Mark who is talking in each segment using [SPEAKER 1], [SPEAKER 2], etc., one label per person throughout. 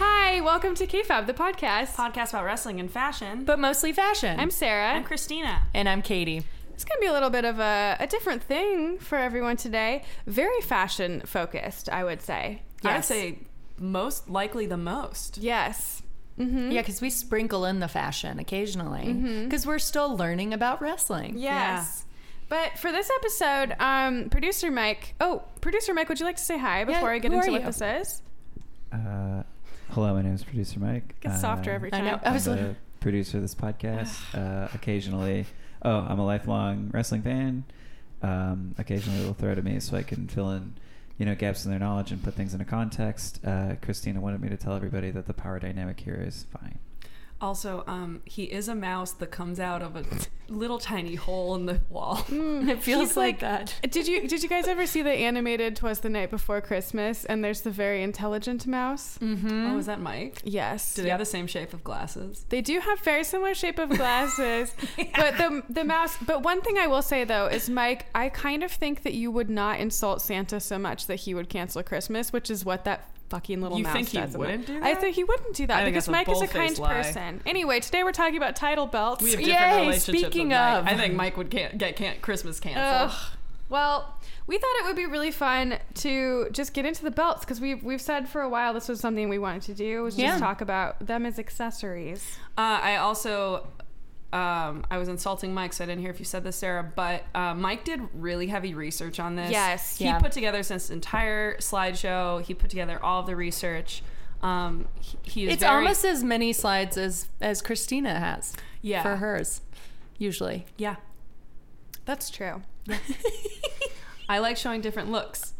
[SPEAKER 1] welcome to KFAB, the podcast,
[SPEAKER 2] podcast about wrestling and fashion.
[SPEAKER 3] but mostly fashion.
[SPEAKER 1] I'm Sarah.
[SPEAKER 2] I'm Christina.
[SPEAKER 3] and I'm Katie.
[SPEAKER 1] it's going to be a little bit of a, a different thing for everyone today. Very fashion focused, I would say.
[SPEAKER 2] I'd
[SPEAKER 3] Yes.
[SPEAKER 2] say most likely the most.
[SPEAKER 1] Yes. Mm-hmm.
[SPEAKER 3] Yeah, because we sprinkle in the fashion occasionally because we're still learning about wrestling.
[SPEAKER 1] Yes. But for this episode, um, producer Mike. Oh, producer Mike, would you like to say hi before I get
[SPEAKER 3] who
[SPEAKER 1] into
[SPEAKER 3] are
[SPEAKER 1] what
[SPEAKER 3] you?
[SPEAKER 1] this is?
[SPEAKER 4] Uh, hello, my name is producer Mike. Uh,
[SPEAKER 1] Gets softer every
[SPEAKER 3] I
[SPEAKER 1] time.
[SPEAKER 3] know.
[SPEAKER 4] I'm
[SPEAKER 3] I was
[SPEAKER 4] the producer of this podcast. uh, occasionally, oh, I'm a lifelong wrestling fan. Um, occasionally, they'll throw to me so I can fill in, you know, gaps in their knowledge and put things into context. Uh, Christina wanted me to tell everybody that the power dynamic here is fine.
[SPEAKER 2] Also, um, he is a mouse that comes out of a little tiny hole in the wall.
[SPEAKER 3] it feels
[SPEAKER 1] He's
[SPEAKER 3] like, that.
[SPEAKER 1] Did you did you guys ever see the animated "Twas the Night Before Christmas"? And there's the very intelligent mouse.
[SPEAKER 3] Mm-hmm.
[SPEAKER 2] Oh, is that Mike?
[SPEAKER 1] Mm. Yes,
[SPEAKER 2] Do they have the same shape of glasses?
[SPEAKER 1] They do have very similar shape of glasses, but the the mouse. But one thing I will say though is, Mike, I kind of think that you would not insult Santa so much that he would cancel Christmas, which is what that fucking little
[SPEAKER 2] You
[SPEAKER 1] mouse
[SPEAKER 2] think he
[SPEAKER 1] does.
[SPEAKER 2] wouldn't do
[SPEAKER 1] I
[SPEAKER 2] that?
[SPEAKER 1] think he wouldn't do
[SPEAKER 2] I
[SPEAKER 1] that
[SPEAKER 2] think
[SPEAKER 1] because
[SPEAKER 2] that's a
[SPEAKER 1] Mike is a
[SPEAKER 2] bold-faced
[SPEAKER 1] kind
[SPEAKER 2] lie.
[SPEAKER 1] person. Anyway, today we're talking about title belts.
[SPEAKER 2] We have
[SPEAKER 3] Yay,
[SPEAKER 2] different relationships. with
[SPEAKER 3] speaking
[SPEAKER 2] Mike.
[SPEAKER 3] of.
[SPEAKER 2] I think Mike would can't, get can't Christmas canceled.
[SPEAKER 1] Ugh. Well, we thought it would be really fun to just get into the belts because we've we've said for a while this was something we wanted to do was
[SPEAKER 3] Yeah.
[SPEAKER 1] just talk about them as accessories.
[SPEAKER 2] Uh, I also, um, I was insulting Mike, so I didn't hear if you said this, Sarah. But uh, Mike did really heavy research on this.
[SPEAKER 1] Yes.
[SPEAKER 2] he
[SPEAKER 3] Yeah.
[SPEAKER 2] put together this entire slideshow. He put together all of the research. Um, he, he is
[SPEAKER 3] It's
[SPEAKER 2] very-
[SPEAKER 3] almost as many slides as as Christina has
[SPEAKER 2] yeah
[SPEAKER 3] for hers, usually.
[SPEAKER 2] Yeah,
[SPEAKER 1] That's true.
[SPEAKER 2] I like showing different looks.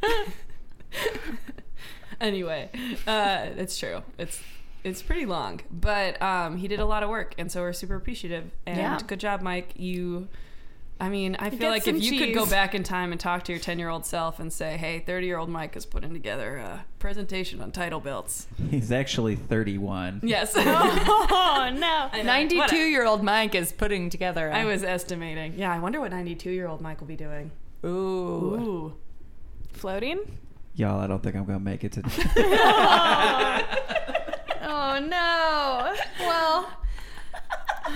[SPEAKER 2] anyway, uh, it's true. It's it's pretty long, but um, he did a lot of work, and so we're super appreciative. And
[SPEAKER 3] Yeah.
[SPEAKER 2] good job, Mike. You. I mean, I
[SPEAKER 1] Get
[SPEAKER 2] feel like
[SPEAKER 1] some
[SPEAKER 2] if you could go
[SPEAKER 1] cheese.
[SPEAKER 2] back in time and talk to your ten-year-old self and say, "Hey, thirty-year-old Mike is putting together a presentation on title belts."
[SPEAKER 4] He's actually 31.
[SPEAKER 2] Yes,
[SPEAKER 1] Oh no.
[SPEAKER 2] I know. What
[SPEAKER 3] Ninety-two
[SPEAKER 2] a-
[SPEAKER 3] year old Mike is putting together. A,
[SPEAKER 2] I was estimating. Yeah, I wonder what ninety-two-year-old Mike will be doing.
[SPEAKER 3] Ooh.
[SPEAKER 2] Ooh.
[SPEAKER 1] Floating?
[SPEAKER 4] Y'all, I don't think I'm gonna make it to.
[SPEAKER 1] Oh no. Well,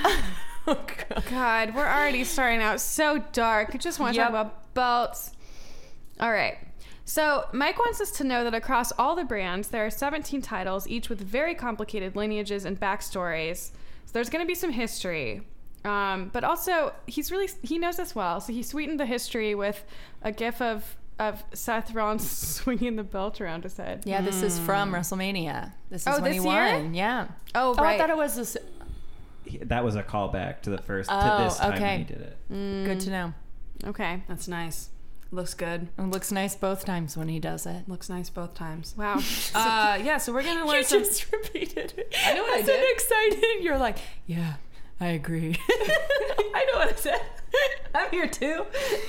[SPEAKER 3] Oh, God.
[SPEAKER 1] God, we're already starting out so dark. I just want to
[SPEAKER 3] Yep.
[SPEAKER 1] talk about belts. All right. So, Mike wants us to know that across all the brands, there are 17 titles, each with very complicated lineages and backstories. So, there's going to be some history. Um, but also, he's really, he knows us well. So, he sweetened the history with a gif of, of Seth Rollins swinging the belt around his head.
[SPEAKER 3] Yeah, this is from WrestleMania. This is
[SPEAKER 1] Oh,
[SPEAKER 3] when
[SPEAKER 1] this
[SPEAKER 3] he
[SPEAKER 1] year?
[SPEAKER 3] won. Yeah.
[SPEAKER 1] Oh,
[SPEAKER 3] I thought it was this.
[SPEAKER 4] that was a callback to the first
[SPEAKER 3] Oh,
[SPEAKER 4] to this time
[SPEAKER 3] okay.
[SPEAKER 4] when he did it.
[SPEAKER 3] Good to know.
[SPEAKER 1] Mm, okay.
[SPEAKER 2] That's nice. Looks good.
[SPEAKER 3] It looks nice both times when he does it.
[SPEAKER 2] Looks nice both times.
[SPEAKER 1] Wow.
[SPEAKER 2] Uh, yeah, so we're gonna learn
[SPEAKER 3] You
[SPEAKER 2] some.
[SPEAKER 3] just repeated it.
[SPEAKER 2] I know what I
[SPEAKER 3] said
[SPEAKER 2] did.
[SPEAKER 3] excited. You're like, yeah, I agree.
[SPEAKER 2] I know what I said. I'm here too.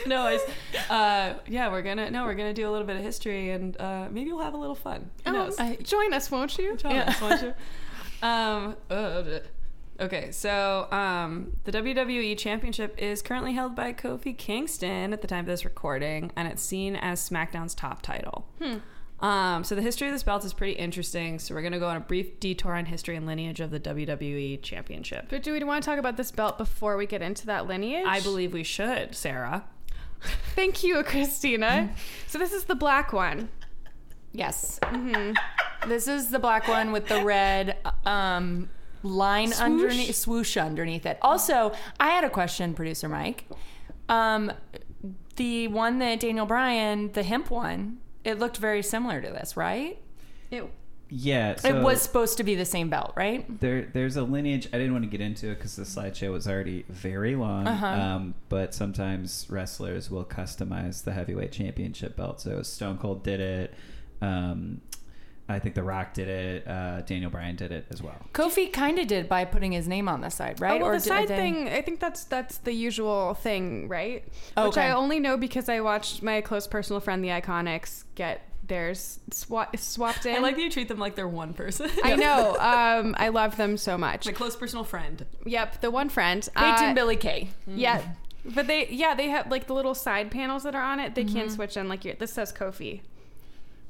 [SPEAKER 2] No, I, s- uh, yeah, we're gonna no, we're gonna do a little bit of history and uh, maybe we'll have a little fun.
[SPEAKER 1] Oh,
[SPEAKER 2] Who knows?
[SPEAKER 3] I-
[SPEAKER 1] Um, Join us, won't you?
[SPEAKER 2] Tell us, won't you? Um, uh, okay, so um, the WWE Championship is currently held by Kofi Kingston at the time of this recording, and it's seen as SmackDown's top title.
[SPEAKER 1] Hmm.
[SPEAKER 2] Um, so the history of this belt is pretty interesting. So we're gonna go on a brief detour on history and lineage of the WWE Championship.
[SPEAKER 1] But do we want to talk about this belt before we get into that lineage?
[SPEAKER 2] I believe we should, Sarah.
[SPEAKER 1] Thank you,
[SPEAKER 2] Hmm.
[SPEAKER 1] Christina. so this is the black one.
[SPEAKER 3] yes. Mm-hmm. This is the black one with the red um, line underneath, swoosh underneath it. Also, I had a question, producer Mike. Um, the one that Daniel Bryan, the hemp one, it looked very similar to this, right?
[SPEAKER 1] It,
[SPEAKER 4] Yeah,
[SPEAKER 3] it
[SPEAKER 4] so-
[SPEAKER 3] was supposed to be the same belt, right?
[SPEAKER 4] there there's a lineage i didn't want to get into it because the slideshow was already very long
[SPEAKER 1] Uh-huh.
[SPEAKER 4] um, but sometimes wrestlers will customize the heavyweight championship belt so stone cold did it um, i think the rock did it uh, daniel bryan did it as well
[SPEAKER 3] Kofi kind of did by putting his name on the side,
[SPEAKER 1] oh,
[SPEAKER 3] right?
[SPEAKER 1] well, the
[SPEAKER 3] did
[SPEAKER 1] side
[SPEAKER 3] they-
[SPEAKER 1] thing. I think that's that's the usual thing, right? Which
[SPEAKER 3] Oh, Okay.
[SPEAKER 1] I only know because I watched my close personal friend, the Iconics, get theirs swa- swapped in.
[SPEAKER 2] I like that you treat them like they're one person.
[SPEAKER 1] I know. Um, I love them so much.
[SPEAKER 2] My close personal friend.
[SPEAKER 1] Yep, the one friend.
[SPEAKER 3] Peyton
[SPEAKER 1] Uh,
[SPEAKER 3] Billy Kay.
[SPEAKER 1] Yeah. But they, yeah, they have like the little side panels that are on it. They can
[SPEAKER 3] Mm-hmm.
[SPEAKER 1] switch in. Like your, this says Kofi.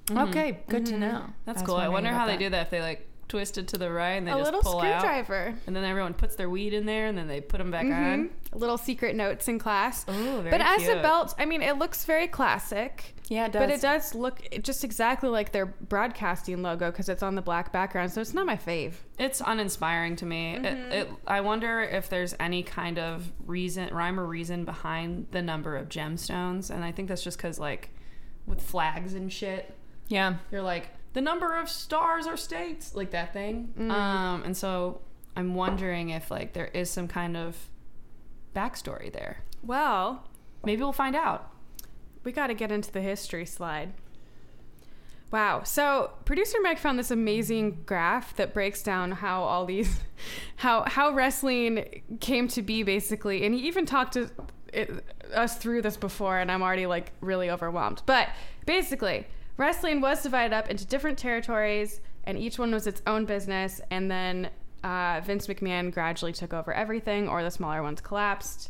[SPEAKER 3] Okay, good to know.
[SPEAKER 2] That's cool. I wonder how they do that. If they like twist it to the right, and they
[SPEAKER 1] a
[SPEAKER 2] just
[SPEAKER 1] little
[SPEAKER 2] pull out.
[SPEAKER 1] screwdriver.
[SPEAKER 2] And then everyone puts their weed in there, and then they put them back
[SPEAKER 1] Mhm. Little secret notes in class.
[SPEAKER 2] on. Ooh, very
[SPEAKER 1] but as
[SPEAKER 2] cute.
[SPEAKER 1] a belt, I mean, it looks very classic.
[SPEAKER 3] Yeah, it does.
[SPEAKER 1] But it does look just exactly like their broadcasting logo because it's on the black background, so it's not my fave.
[SPEAKER 2] it's uninspiring to me.
[SPEAKER 1] Mm-hmm.
[SPEAKER 2] It, it, I wonder if there's any kind of reason, rhyme or reason behind the number of gemstones, and I think that's just because like with flags and shit,
[SPEAKER 3] Yeah.
[SPEAKER 2] you're like the number of stars or states, like that thing.
[SPEAKER 1] Mm-hmm.
[SPEAKER 2] Um, and so I'm wondering if like there is some kind of backstory there.
[SPEAKER 1] Well,
[SPEAKER 2] Maybe we'll find out.
[SPEAKER 1] we got to get into the history slide. Wow. So producer Mike found this amazing graph that breaks down how all these, how how wrestling came to be basically, and he even talked to it, us through this before, and I'm already like really overwhelmed. But basically, wrestling was divided up into different territories, and each one was its own business. And then uh, Vince McMahon gradually took over everything, or the smaller ones collapsed.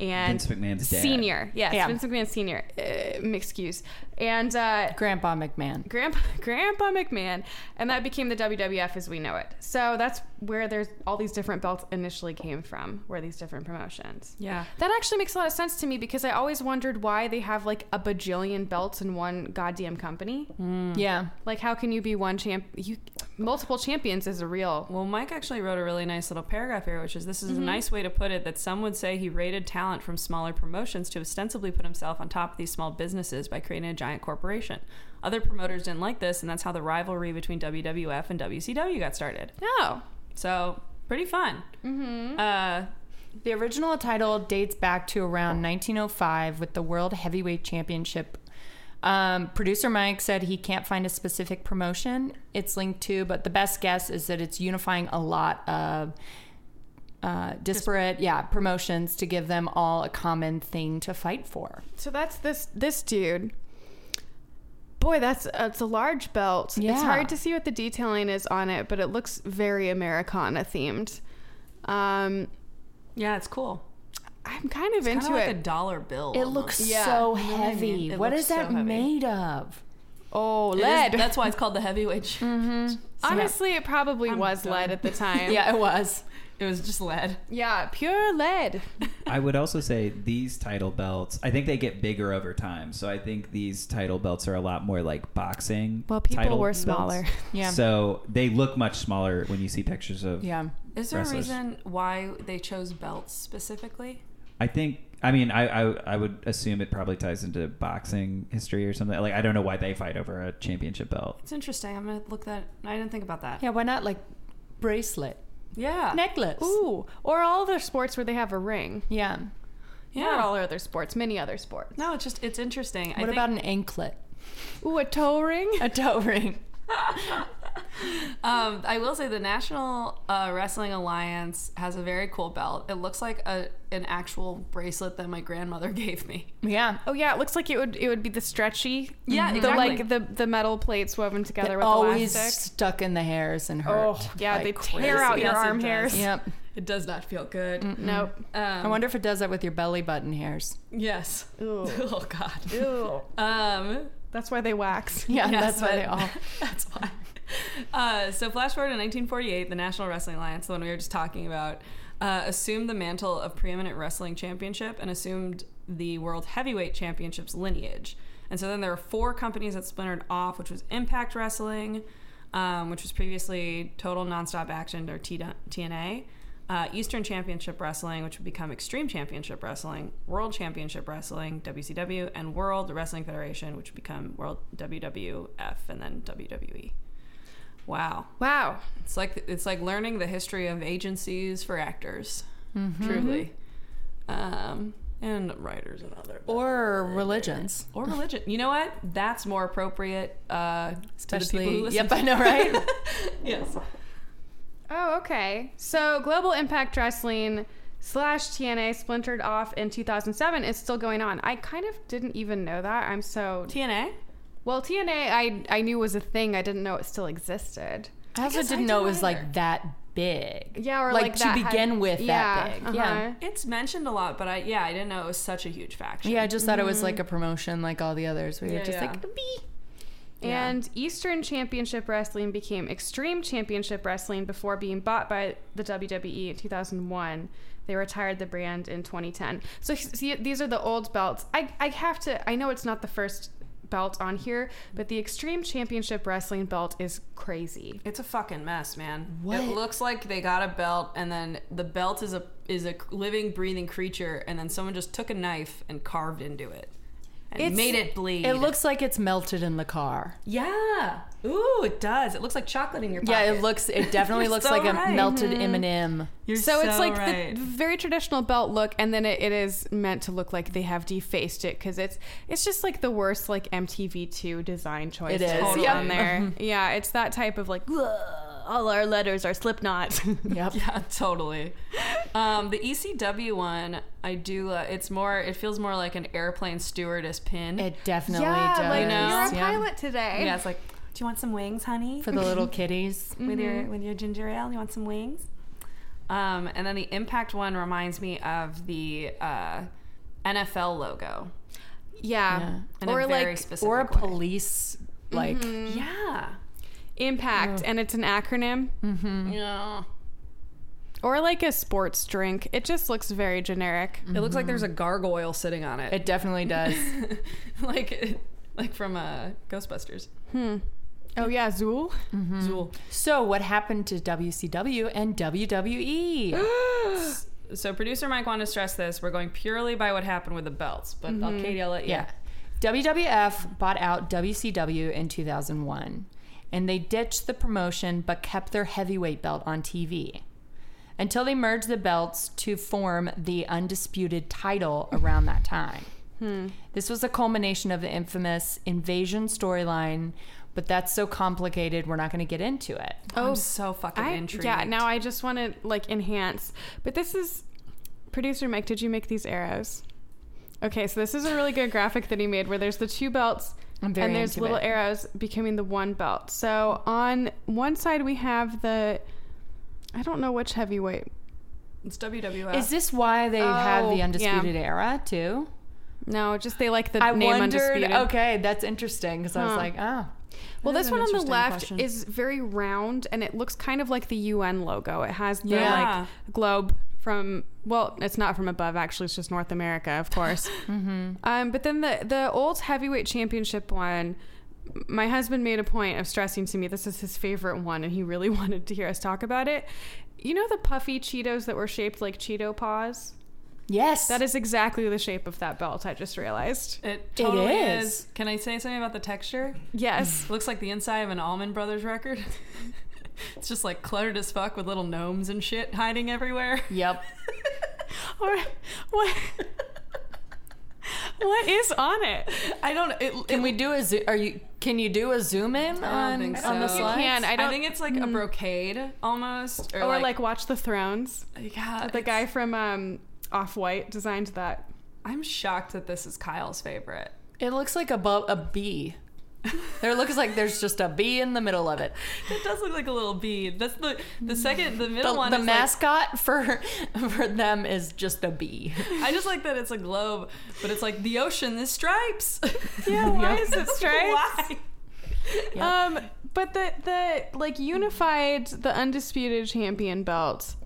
[SPEAKER 1] And
[SPEAKER 4] Vince McMahon's dad.
[SPEAKER 1] senior, yes,
[SPEAKER 3] Yeah.
[SPEAKER 1] Vince McMahon senior. Uh, excuse, and uh,
[SPEAKER 3] Grandpa McMahon.
[SPEAKER 1] Grandpa Grandpa McMahon, and that became the WWF as we know it. So that's where there's all these different belts initially came from, where these different promotions.
[SPEAKER 2] Yeah.
[SPEAKER 1] That actually makes a lot of sense to me because I always wondered why they have like a bajillion belts in one goddamn company.
[SPEAKER 3] Yeah.
[SPEAKER 1] Like, how can you be one champ? You multiple champions is a real.
[SPEAKER 2] Well, Mike actually wrote a really nice little paragraph here, which is this is a nice way to put it that some would say he raided talent from smaller promotions to ostensibly put himself on top of these small businesses by creating a giant corporation. Other promoters didn't like this, and that's how the rivalry between WWF and WCW got started.
[SPEAKER 1] No.
[SPEAKER 2] So, pretty fun. Mm-hmm. Uh,
[SPEAKER 3] The original title dates back to around 1905 with the World Heavyweight Championship. Um, producer Mike said he can't find a specific promotion it's linked to, but the best guess is that it's unifying a lot of uh, disparate, yeah, promotions to give them all a common thing to fight for.
[SPEAKER 1] So that's this this dude. Boy, that's it's a large belt. It's
[SPEAKER 3] Yeah.
[SPEAKER 1] hard to see what the detailing is on it, but it looks very Americana themed. Um,
[SPEAKER 2] yeah, it's cool.
[SPEAKER 1] I'm kind of
[SPEAKER 2] Kind
[SPEAKER 1] into
[SPEAKER 2] of like a
[SPEAKER 1] it.
[SPEAKER 2] dollar bill.
[SPEAKER 3] It
[SPEAKER 2] almost.
[SPEAKER 3] looks
[SPEAKER 1] Yeah.
[SPEAKER 3] so
[SPEAKER 2] You know what I
[SPEAKER 3] heavy.
[SPEAKER 2] mean? It
[SPEAKER 3] what
[SPEAKER 2] looks
[SPEAKER 3] is that
[SPEAKER 2] so heavy.
[SPEAKER 3] made of?
[SPEAKER 1] oh,
[SPEAKER 2] It is-
[SPEAKER 1] lead.
[SPEAKER 2] that's why it's called the heavyweight. ch-
[SPEAKER 1] Honestly, it probably was
[SPEAKER 2] done.
[SPEAKER 1] lead at the time.
[SPEAKER 3] Yeah, it was.
[SPEAKER 2] It was just lead.
[SPEAKER 1] yeah, pure lead.
[SPEAKER 4] I would also say these title belts. I think they get bigger over time. So I think these title belts are a lot more like boxing.
[SPEAKER 1] Well, people
[SPEAKER 4] title
[SPEAKER 1] were
[SPEAKER 4] belts.
[SPEAKER 1] smaller.
[SPEAKER 3] Yeah.
[SPEAKER 4] So they look much smaller when you see pictures of.
[SPEAKER 3] Yeah.
[SPEAKER 2] Is there
[SPEAKER 4] Wrestlers.
[SPEAKER 2] a reason why they chose belts specifically?
[SPEAKER 4] I think. I mean, I, I I would assume it probably ties into boxing history or something. Like I don't know why they fight over a championship belt.
[SPEAKER 2] It's interesting. I'm gonna look that. I didn't think about that.
[SPEAKER 3] Yeah, why not like bracelet,
[SPEAKER 2] Yeah.
[SPEAKER 3] necklace?
[SPEAKER 1] Ooh, or all other sports where they have a ring.
[SPEAKER 3] Yeah.
[SPEAKER 1] Not
[SPEAKER 2] Yeah.
[SPEAKER 1] all other sports, many other sports.
[SPEAKER 2] No, it's just it's interesting. I
[SPEAKER 3] What
[SPEAKER 2] think,
[SPEAKER 3] about an anklet?
[SPEAKER 1] Ooh, a toe ring.
[SPEAKER 3] A toe ring.
[SPEAKER 2] Um, I will say the National uh, Wrestling Alliance has a very cool belt. It looks like a an actual bracelet that my grandmother gave me.
[SPEAKER 3] Yeah.
[SPEAKER 1] Oh yeah, it looks like it would it would be the stretchy.
[SPEAKER 2] Yeah,
[SPEAKER 1] The
[SPEAKER 2] exactly.
[SPEAKER 1] like the the metal plates woven together with
[SPEAKER 3] always
[SPEAKER 1] elastic. Oh.
[SPEAKER 3] stuck in the hairs and hurt.
[SPEAKER 1] yeah,
[SPEAKER 3] like
[SPEAKER 1] they
[SPEAKER 3] crazy.
[SPEAKER 1] tear out your
[SPEAKER 2] Yes, it
[SPEAKER 1] arm
[SPEAKER 2] does.
[SPEAKER 1] hairs.
[SPEAKER 3] Yep.
[SPEAKER 2] It does not feel good.
[SPEAKER 1] Nope.
[SPEAKER 2] Um,
[SPEAKER 3] I wonder if it does that with your belly button hairs.
[SPEAKER 2] Yes.
[SPEAKER 1] Ew.
[SPEAKER 2] Oh God.
[SPEAKER 1] Ew.
[SPEAKER 2] Um,
[SPEAKER 1] That's why they wax.
[SPEAKER 3] Yeah,
[SPEAKER 2] Yes,
[SPEAKER 3] that's why
[SPEAKER 2] but-
[SPEAKER 3] they all.
[SPEAKER 2] That's why. Uh, so, flash forward to 1948, the National Wrestling Alliance, the one we were just talking about, uh, assumed the mantle of preeminent wrestling championship and assumed the World Heavyweight Championship's lineage. And so then there were four companies that splintered off, which was Impact Wrestling, um, which was previously Total Nonstop Action or T- TNA. Uh, Eastern Championship Wrestling, which would become Extreme Championship Wrestling, World Championship Wrestling, WCW, and World Wrestling Federation, which would become World WWF and then WWE. Wow,
[SPEAKER 1] Wow.
[SPEAKER 2] it's like it's like learning the history of agencies for actors, Mm-hmm. truly, um, and writers and other
[SPEAKER 3] Or religions.
[SPEAKER 2] or religion. You know what? That's more appropriate, uh, to the people who
[SPEAKER 3] Especially.
[SPEAKER 2] listen
[SPEAKER 3] Yep, I know, right?
[SPEAKER 2] yes.
[SPEAKER 1] Oh, okay. So Global Impact Wrestling slash TNA splintered off in 2007 is still going on. I kind of didn't even know that. I'm so
[SPEAKER 2] TNA.
[SPEAKER 1] well TNA. I I knew was a thing. I didn't know it still existed.
[SPEAKER 3] I also
[SPEAKER 2] guess I
[SPEAKER 3] didn't know it was
[SPEAKER 2] don't either.
[SPEAKER 3] like that big.
[SPEAKER 1] Yeah, or like,
[SPEAKER 3] like, to
[SPEAKER 1] that had-
[SPEAKER 3] begin with
[SPEAKER 1] yeah,
[SPEAKER 3] that big.
[SPEAKER 1] uh-huh.
[SPEAKER 3] Yeah.
[SPEAKER 2] It's mentioned a lot, but I yeah, I didn't know it was such a huge faction.
[SPEAKER 3] Yeah, I just thought it was like a promotion like all the others. We
[SPEAKER 2] Yeah,
[SPEAKER 3] were just
[SPEAKER 2] yeah.
[SPEAKER 3] like, "Bee." Yeah.
[SPEAKER 1] And Eastern Championship Wrestling became Extreme Championship Wrestling before being bought by the WWE in 2001. They retired the brand in 2010. So h- see, these are the old belts. I, I have to, I know it's not the first belt on here, but the Extreme Championship Wrestling belt is crazy.
[SPEAKER 2] It's a fucking mess, man.
[SPEAKER 3] What?
[SPEAKER 2] It looks like they got a belt, and then the belt is a is a living, breathing creature, and then someone just took a knife and carved into it and
[SPEAKER 3] It's-
[SPEAKER 2] made it bleed.
[SPEAKER 3] It looks like it's melted in the car.
[SPEAKER 2] yeah. Ooh, it does. It looks like chocolate in your pocket.
[SPEAKER 3] Yeah, it looks. It definitely
[SPEAKER 2] You're
[SPEAKER 3] looks
[SPEAKER 2] so
[SPEAKER 3] like
[SPEAKER 2] right.
[SPEAKER 3] a melted M and M.
[SPEAKER 2] You're
[SPEAKER 1] so, it's like
[SPEAKER 2] right.
[SPEAKER 1] the very traditional belt look, and then it, it is meant to look like they have defaced it because it's it's just like the worst like MTV2 design choice
[SPEAKER 3] It is,
[SPEAKER 1] totally.
[SPEAKER 2] yeah.
[SPEAKER 1] on there. yeah, it's that type of like "Ugh, all our letters are Slipknot.
[SPEAKER 3] Yep.
[SPEAKER 2] Yeah, totally. Um, the ECW one, I do. Uh, it's more. It feels more like an airplane stewardess pin.
[SPEAKER 3] It definitely does.
[SPEAKER 1] like
[SPEAKER 2] know?
[SPEAKER 1] you're a
[SPEAKER 3] Yeah.
[SPEAKER 1] pilot today.
[SPEAKER 2] yeah, it's like, do you want some wings, honey?
[SPEAKER 3] for the little kitties.
[SPEAKER 2] with your with your ginger ale. You want some wings? Mm-hmm. Um, and then the impact one reminds me of the uh, NFL logo.
[SPEAKER 1] Yeah.
[SPEAKER 3] Yeah.
[SPEAKER 2] In
[SPEAKER 1] Or
[SPEAKER 2] a very
[SPEAKER 1] like
[SPEAKER 2] specific
[SPEAKER 3] Or a Mm-hmm.
[SPEAKER 2] way.
[SPEAKER 3] police, like
[SPEAKER 2] Mm. Yeah.
[SPEAKER 1] impact and it's an acronym.
[SPEAKER 2] Mm-hmm. Yeah.
[SPEAKER 1] Or like a sports drink. It just looks very generic.
[SPEAKER 2] It looks like there's a gargoyle sitting on it,
[SPEAKER 3] it definitely does.
[SPEAKER 2] like like from uh, Ghostbusters.
[SPEAKER 1] Oh yeah, Zool.
[SPEAKER 2] Zool.
[SPEAKER 3] so what happened to WCW and E? WWE?
[SPEAKER 2] So producer Mike wanted to stress this. We're going purely by what happened with the belts, but I'll, Katie, I'll let you.
[SPEAKER 3] Yeah. WWF bought out WCW in 2001, and they ditched the promotion but kept their heavyweight belt on TV until they merged the belts to form the undisputed title around that time.
[SPEAKER 1] Hmm.
[SPEAKER 3] This was the culmination of the infamous invasion storyline, but that's so complicated, we're not going to get into it.
[SPEAKER 1] Oh,
[SPEAKER 2] I'm so fucking
[SPEAKER 1] I,
[SPEAKER 2] intrigued.
[SPEAKER 1] yeah, now I just want to like enhance. But this is producer Mike, did you make these arrows? Okay, so this is a really good graphic that he made where there's the two belts
[SPEAKER 3] I'm very
[SPEAKER 1] and there's
[SPEAKER 3] into
[SPEAKER 1] little
[SPEAKER 3] it.
[SPEAKER 1] arrows becoming the one belt. So on one side we have the I don't know which heavyweight.
[SPEAKER 2] it's WWF.
[SPEAKER 3] Is this why they have
[SPEAKER 1] Oh,
[SPEAKER 3] the
[SPEAKER 1] yeah.
[SPEAKER 3] Undisputed Era too?
[SPEAKER 1] No, just they like the
[SPEAKER 3] I
[SPEAKER 1] name
[SPEAKER 3] wondered.
[SPEAKER 1] undisputed.
[SPEAKER 3] Okay, that's interesting because I was
[SPEAKER 1] Huh.
[SPEAKER 3] like, oh,
[SPEAKER 1] Well,
[SPEAKER 2] That
[SPEAKER 1] this
[SPEAKER 2] is
[SPEAKER 1] one
[SPEAKER 2] an
[SPEAKER 1] on the
[SPEAKER 2] interesting
[SPEAKER 1] left
[SPEAKER 2] question.
[SPEAKER 1] is very round and it looks kind of like the UN logo. It has the
[SPEAKER 2] Yeah.
[SPEAKER 1] like globe from well, it's not from above actually. It's just North America, of course. um, but then the the old heavyweight championship one. My husband made a point of stressing to me this is his favorite one, and he really wanted to hear us talk about it. You know the puffy Cheetos that were shaped like Cheeto paws?
[SPEAKER 3] yes,
[SPEAKER 1] That is exactly the shape of that belt. I just realized.
[SPEAKER 2] It totally
[SPEAKER 3] is.
[SPEAKER 2] is. Can I say something about the texture?
[SPEAKER 1] Yes.
[SPEAKER 2] Looks like the inside of an Allman Brothers record. it's just like cluttered as fuck with little gnomes and shit hiding everywhere.
[SPEAKER 3] Yep.
[SPEAKER 1] or what? what is on it?
[SPEAKER 2] I don't. It,
[SPEAKER 3] Can we do a zo- are you can you do a zoom in on,
[SPEAKER 2] think
[SPEAKER 3] on the
[SPEAKER 2] so.
[SPEAKER 1] You
[SPEAKER 3] slides?
[SPEAKER 1] can. I
[SPEAKER 2] I,
[SPEAKER 1] don't. Mm.
[SPEAKER 2] think it's like a brocade almost, or,
[SPEAKER 1] or like,
[SPEAKER 2] like,
[SPEAKER 1] Watch the Thrones.
[SPEAKER 2] yeah.
[SPEAKER 1] The guy from um, Off White designed that.
[SPEAKER 2] I'm shocked that this is Kyle's favorite.
[SPEAKER 3] It looks like a bu- a bee. there looks like there's just a bee in the middle of it.
[SPEAKER 2] It does look like a little bead. That's the the second the middle
[SPEAKER 3] The,
[SPEAKER 2] one.
[SPEAKER 3] the
[SPEAKER 2] is
[SPEAKER 3] mascot for for them is just a bee.
[SPEAKER 2] Like, I just like that it's a globe, but it's like the ocean is stripes.
[SPEAKER 1] Yeah, why is it stripes?
[SPEAKER 2] Why?
[SPEAKER 1] Um, but the the like unified the undisputed champion belt.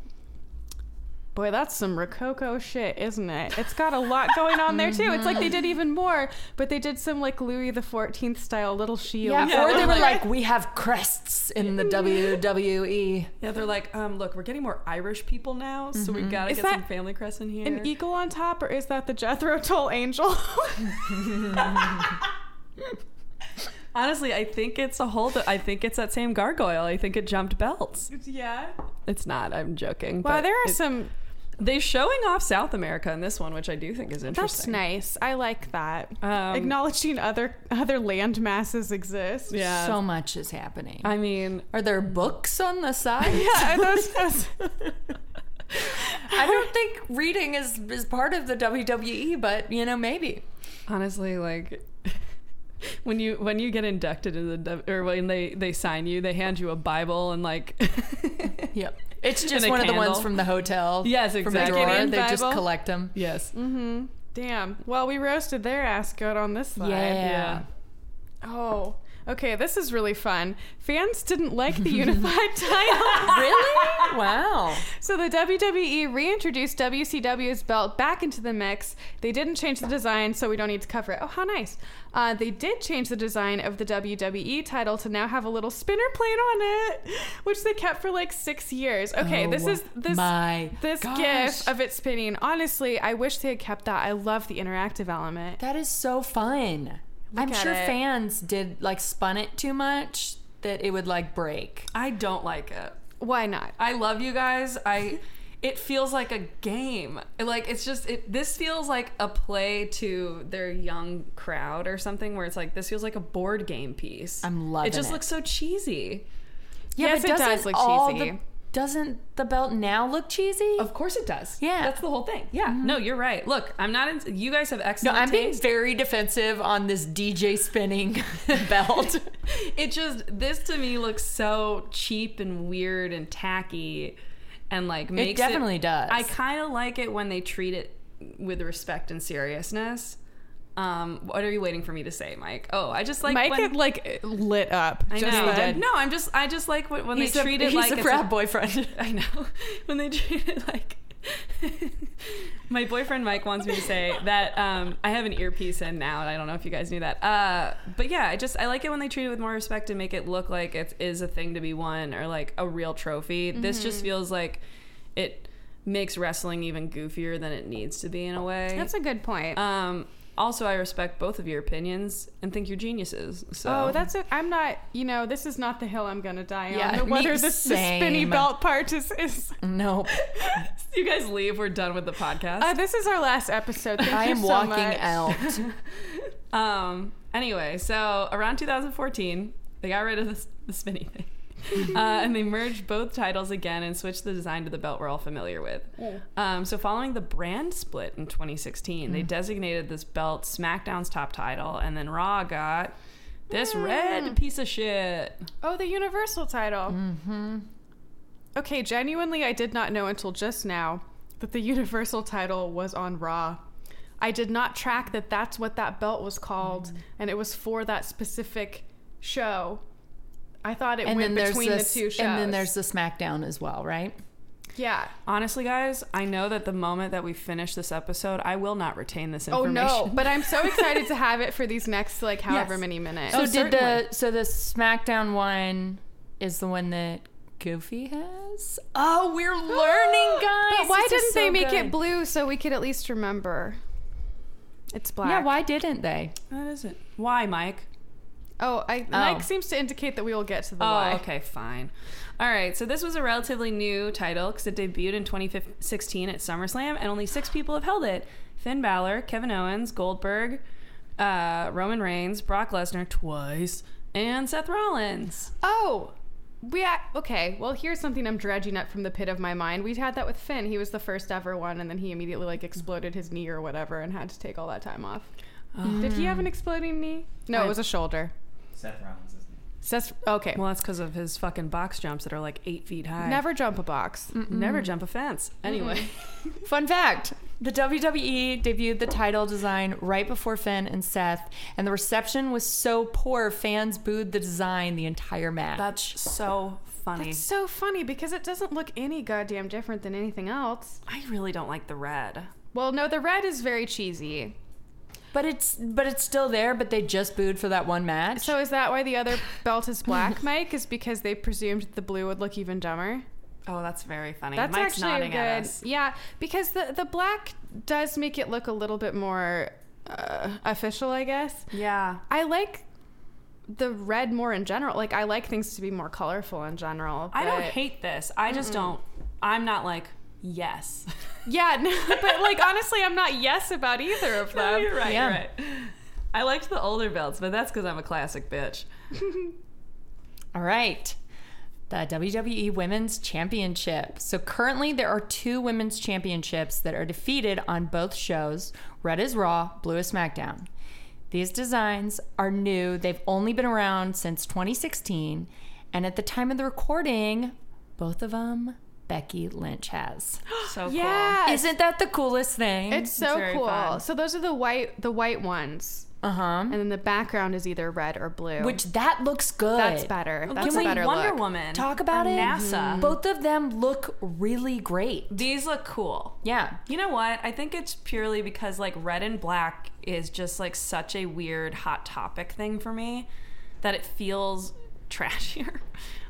[SPEAKER 1] Boy, that's some rococo shit, isn't it? It's got a lot going on there too. It's like they
[SPEAKER 2] Mm-hmm.
[SPEAKER 1] did even more, but they did some like Louis the Fourteenth style little
[SPEAKER 3] Yeah,
[SPEAKER 1] shield.
[SPEAKER 2] Yeah,
[SPEAKER 3] or they
[SPEAKER 2] I'm
[SPEAKER 3] were
[SPEAKER 2] like-
[SPEAKER 3] like, we have crests in the E." WWE.
[SPEAKER 2] Yeah, they're like, um, look, we're getting more Irish people now, so we
[SPEAKER 1] Mm-hmm.
[SPEAKER 2] gotta
[SPEAKER 1] Is
[SPEAKER 2] get
[SPEAKER 1] that
[SPEAKER 2] some family crest in here.
[SPEAKER 1] An eagle on top, or is that the Jethro Tull angel?
[SPEAKER 2] Honestly, I think it's a whole. I think it's that same gargoyle. I think it jumped belts.
[SPEAKER 1] yeah.
[SPEAKER 2] It's not. I'm joking.
[SPEAKER 1] Wow,
[SPEAKER 2] but
[SPEAKER 1] there are
[SPEAKER 2] it-
[SPEAKER 1] some.
[SPEAKER 2] They showing off South America in this one, which I do think is
[SPEAKER 1] That's
[SPEAKER 2] interesting.
[SPEAKER 1] nice. I like that.
[SPEAKER 2] Um,
[SPEAKER 1] Acknowledging other other land masses exist.
[SPEAKER 2] Yeah.
[SPEAKER 3] So much is happening.
[SPEAKER 2] I mean,
[SPEAKER 3] Are there books on the side?
[SPEAKER 1] Yeah, those- those-
[SPEAKER 3] I don't think reading is, is part of the WWE, but you know, maybe.
[SPEAKER 2] honestly, like when you when you get inducted in the W- or when they they sign you, they hand you a Bible and like
[SPEAKER 3] Yep. It's
[SPEAKER 2] And
[SPEAKER 3] just
[SPEAKER 2] a
[SPEAKER 3] one of the
[SPEAKER 2] candle.
[SPEAKER 3] ones from the hotel.
[SPEAKER 2] Yes, exactly.
[SPEAKER 3] From the drawer.
[SPEAKER 1] Gideon
[SPEAKER 3] They just
[SPEAKER 1] Bible.
[SPEAKER 3] collect them.
[SPEAKER 2] yes,
[SPEAKER 1] Mm-hmm. Damn. Well, we roasted their ass good on this slide.
[SPEAKER 3] Yeah.
[SPEAKER 1] Oh. Okay, this is really fun. Fans didn't like the unified title.
[SPEAKER 3] really? Wow.
[SPEAKER 1] So the WWE reintroduced WCW's belt back into the mix. They didn't change the design, so we don't need to cover it. Oh, how nice. Uh, they did change the design of the WWE title to now have a little spinner plate on it, which they kept for like six years. Okay, this
[SPEAKER 3] Oh
[SPEAKER 1] is this
[SPEAKER 3] my
[SPEAKER 1] this
[SPEAKER 3] gosh.
[SPEAKER 1] gif of it spinning. Honestly, I wish they had kept that. I love the interactive element.
[SPEAKER 3] That is so fun. I'm
[SPEAKER 1] at
[SPEAKER 3] sure
[SPEAKER 1] it.
[SPEAKER 3] fans did like spun it too much that it would like break.
[SPEAKER 2] I don't like it.
[SPEAKER 1] Why not?
[SPEAKER 2] I love you guys. I it feels like a game. Like it's just it this feels like a play to their young crowd or something where it's like this feels like a board game piece.
[SPEAKER 3] I'm loving
[SPEAKER 2] It just
[SPEAKER 3] it.
[SPEAKER 2] looks so cheesy.
[SPEAKER 1] Yes, it does
[SPEAKER 3] doesn't
[SPEAKER 1] look
[SPEAKER 3] all
[SPEAKER 1] cheesy.
[SPEAKER 3] the- doesn't the belt now look cheesy?
[SPEAKER 2] Of course it does.
[SPEAKER 3] Yeah. Mm-hmm.
[SPEAKER 2] That's the whole thing. Yeah. No, you're right. Look, I'm not in you guys have
[SPEAKER 3] no,
[SPEAKER 2] excellent
[SPEAKER 3] I'm being
[SPEAKER 2] taste.
[SPEAKER 3] very defensive on this DJ spinning belt.
[SPEAKER 2] it just this to me looks so cheap and weird and tacky and like makes
[SPEAKER 3] definitely does.
[SPEAKER 2] i kind of like it when they treat it with respect and seriousness um what are you waiting for me to say mike oh i just like
[SPEAKER 1] Mike
[SPEAKER 2] when,
[SPEAKER 1] had like lit up.
[SPEAKER 2] I
[SPEAKER 1] just
[SPEAKER 2] know.
[SPEAKER 1] then.
[SPEAKER 2] no i'm just i just like when, when they
[SPEAKER 3] he's a,
[SPEAKER 2] treat it
[SPEAKER 3] he's
[SPEAKER 2] like
[SPEAKER 3] a
[SPEAKER 2] it's
[SPEAKER 3] brat boyfriend.
[SPEAKER 2] I know when they treat it like. My boyfriend Mike wants me to say that um, I have an earpiece in now, and I don't know if you guys knew that. Uh, but yeah, I just I like it when they treat it with more respect and make it look like it is a thing to be won or like a real trophy. This just
[SPEAKER 1] Mm-hmm.
[SPEAKER 2] feels like it makes wrestling even goofier than it needs to be in a way.
[SPEAKER 1] That's a good point.
[SPEAKER 3] Uh,
[SPEAKER 2] um, also, I respect both of your opinions and think you're geniuses. So
[SPEAKER 1] Oh, that's it. I'm not. You know, this is not the hill I'm gonna die
[SPEAKER 3] Yeah,
[SPEAKER 1] on.
[SPEAKER 3] me-
[SPEAKER 1] Whether this the spinny
[SPEAKER 3] same.
[SPEAKER 1] belt part is. is
[SPEAKER 3] nope.
[SPEAKER 2] you guys leave. We're done with the podcast.
[SPEAKER 1] uh, this is our last episode. Thank
[SPEAKER 3] I
[SPEAKER 1] you
[SPEAKER 3] am
[SPEAKER 1] so
[SPEAKER 3] walking
[SPEAKER 1] much.
[SPEAKER 3] out.
[SPEAKER 2] Um. Anyway, so around 2014, they got rid of the, the spinny thing, uh, and they merged both titles again and switched the design to the belt we're all familiar with. Um, so following the brand split in 2016,
[SPEAKER 1] Mm.
[SPEAKER 2] they designated this belt SmackDown's top title, and then Raw got this
[SPEAKER 1] Mm.
[SPEAKER 2] red piece of shit.
[SPEAKER 1] Oh, the universal title. Mm-hmm. Okay, genuinely, I did not know until just now that the universal title was on Raw. I did not track that that's what that belt was called,
[SPEAKER 3] Mm.
[SPEAKER 1] and it was for that specific show. I thought it
[SPEAKER 3] And
[SPEAKER 1] went
[SPEAKER 3] then there's
[SPEAKER 1] between
[SPEAKER 3] this,
[SPEAKER 1] the two shows.
[SPEAKER 3] and then there's the SmackDown as well, right?
[SPEAKER 1] yeah.
[SPEAKER 2] Honestly, guys, I know that the moment that we finish this episode, I will not retain this
[SPEAKER 1] Oh
[SPEAKER 2] information.
[SPEAKER 1] no! But I'm so excited to have it for these next like however
[SPEAKER 2] Yes.
[SPEAKER 1] many minutes.
[SPEAKER 3] So
[SPEAKER 2] Oh,
[SPEAKER 3] did the so the SmackDown one is the one that Goofy has? Oh, we're learning, guys.
[SPEAKER 1] But why
[SPEAKER 3] This
[SPEAKER 1] didn't
[SPEAKER 3] is
[SPEAKER 1] they
[SPEAKER 3] so
[SPEAKER 1] make
[SPEAKER 3] good.
[SPEAKER 1] it blue so we could at least remember? It's black.
[SPEAKER 3] Yeah, why didn't they?
[SPEAKER 2] that is it. Why, Mike?
[SPEAKER 1] Oh, I, Mike seems to indicate that we will get to the
[SPEAKER 2] Oh,
[SPEAKER 1] why.
[SPEAKER 2] okay, fine. All right, so this was a relatively new title because it debuted in 2016 at SummerSlam, and only six people have held it: Finn Balor, Kevin Owens, Goldberg, uh, Roman Reigns, Brock Lesnar twice, and Seth Rollins.
[SPEAKER 1] Oh, we a okay. Well, here's something I'm dredging up from the pit of my mind. We had that with Finn. He was the first ever one, and then he immediately like exploded his knee or whatever, and had to take all that time off. Did he
[SPEAKER 3] Um.
[SPEAKER 1] have an exploding knee? No,
[SPEAKER 2] I-
[SPEAKER 1] it was a shoulder.
[SPEAKER 4] Seth Rollins is
[SPEAKER 1] Says okay.
[SPEAKER 2] Well, that's because of his fucking box jumps that are like eight feet high.
[SPEAKER 1] Never jump a box.
[SPEAKER 2] never jump a fence. Anyway,
[SPEAKER 3] Fun fact the WWE debuted the title design right before Finn and Seth, and the reception was so poor, fans booed the design the entire match.
[SPEAKER 2] that's so funny.
[SPEAKER 1] That's so funny because it doesn't look any goddamn different than anything else.
[SPEAKER 2] I really don't like the red.
[SPEAKER 1] Well, no, the red is very cheesy.
[SPEAKER 3] but it's but it's still there, but they just booed for that one match.
[SPEAKER 1] So is that why the other belt is black, Mike? Is because they presumed the blue would look even dumber?
[SPEAKER 2] Oh, that's very funny.
[SPEAKER 1] That's
[SPEAKER 2] Mike's
[SPEAKER 1] actually
[SPEAKER 2] nodding at
[SPEAKER 1] good.
[SPEAKER 2] us.
[SPEAKER 1] Yeah, because the the black does make it look a little bit more uh, official, I guess.
[SPEAKER 2] Yeah.
[SPEAKER 1] I like the red more in general. Like I like things to be more colorful in general.
[SPEAKER 2] I don't
[SPEAKER 1] but-
[SPEAKER 2] hate this. I just don't. I'm not like yes.
[SPEAKER 1] Yeah, no, but like honestly, I'm not yes about either of them.
[SPEAKER 2] right.
[SPEAKER 3] Yeah.
[SPEAKER 2] right. I liked the older belts, but that's because I'm a classic bitch.
[SPEAKER 3] All right. The WWE Women's Championship. So currently there are two women's championships that are defeated on both shows. Red is Raw, Blue is SmackDown. These designs are new. They've only been around since 2016. And at the time of the recording, both of them Becky Lynch has.
[SPEAKER 2] So
[SPEAKER 1] Yeah,
[SPEAKER 3] Isn't that the coolest thing?
[SPEAKER 1] it's so
[SPEAKER 2] very
[SPEAKER 1] cool.
[SPEAKER 2] fun.
[SPEAKER 1] So those are the white the white ones.
[SPEAKER 3] Uh huh.
[SPEAKER 1] and then the background is either red or blue.
[SPEAKER 3] Which that looks good.
[SPEAKER 1] that's better. That's
[SPEAKER 2] looks
[SPEAKER 1] a
[SPEAKER 2] like
[SPEAKER 1] better
[SPEAKER 2] Oh, Wonder
[SPEAKER 1] look.
[SPEAKER 2] Woman.
[SPEAKER 3] Talk about
[SPEAKER 2] or
[SPEAKER 3] it.
[SPEAKER 2] NASA.
[SPEAKER 3] Both of them look really great.
[SPEAKER 2] These look cool.
[SPEAKER 3] Yeah.
[SPEAKER 2] You know what? I think it's purely because like red and black is just like such a weird hot topic thing for me that it feels trashier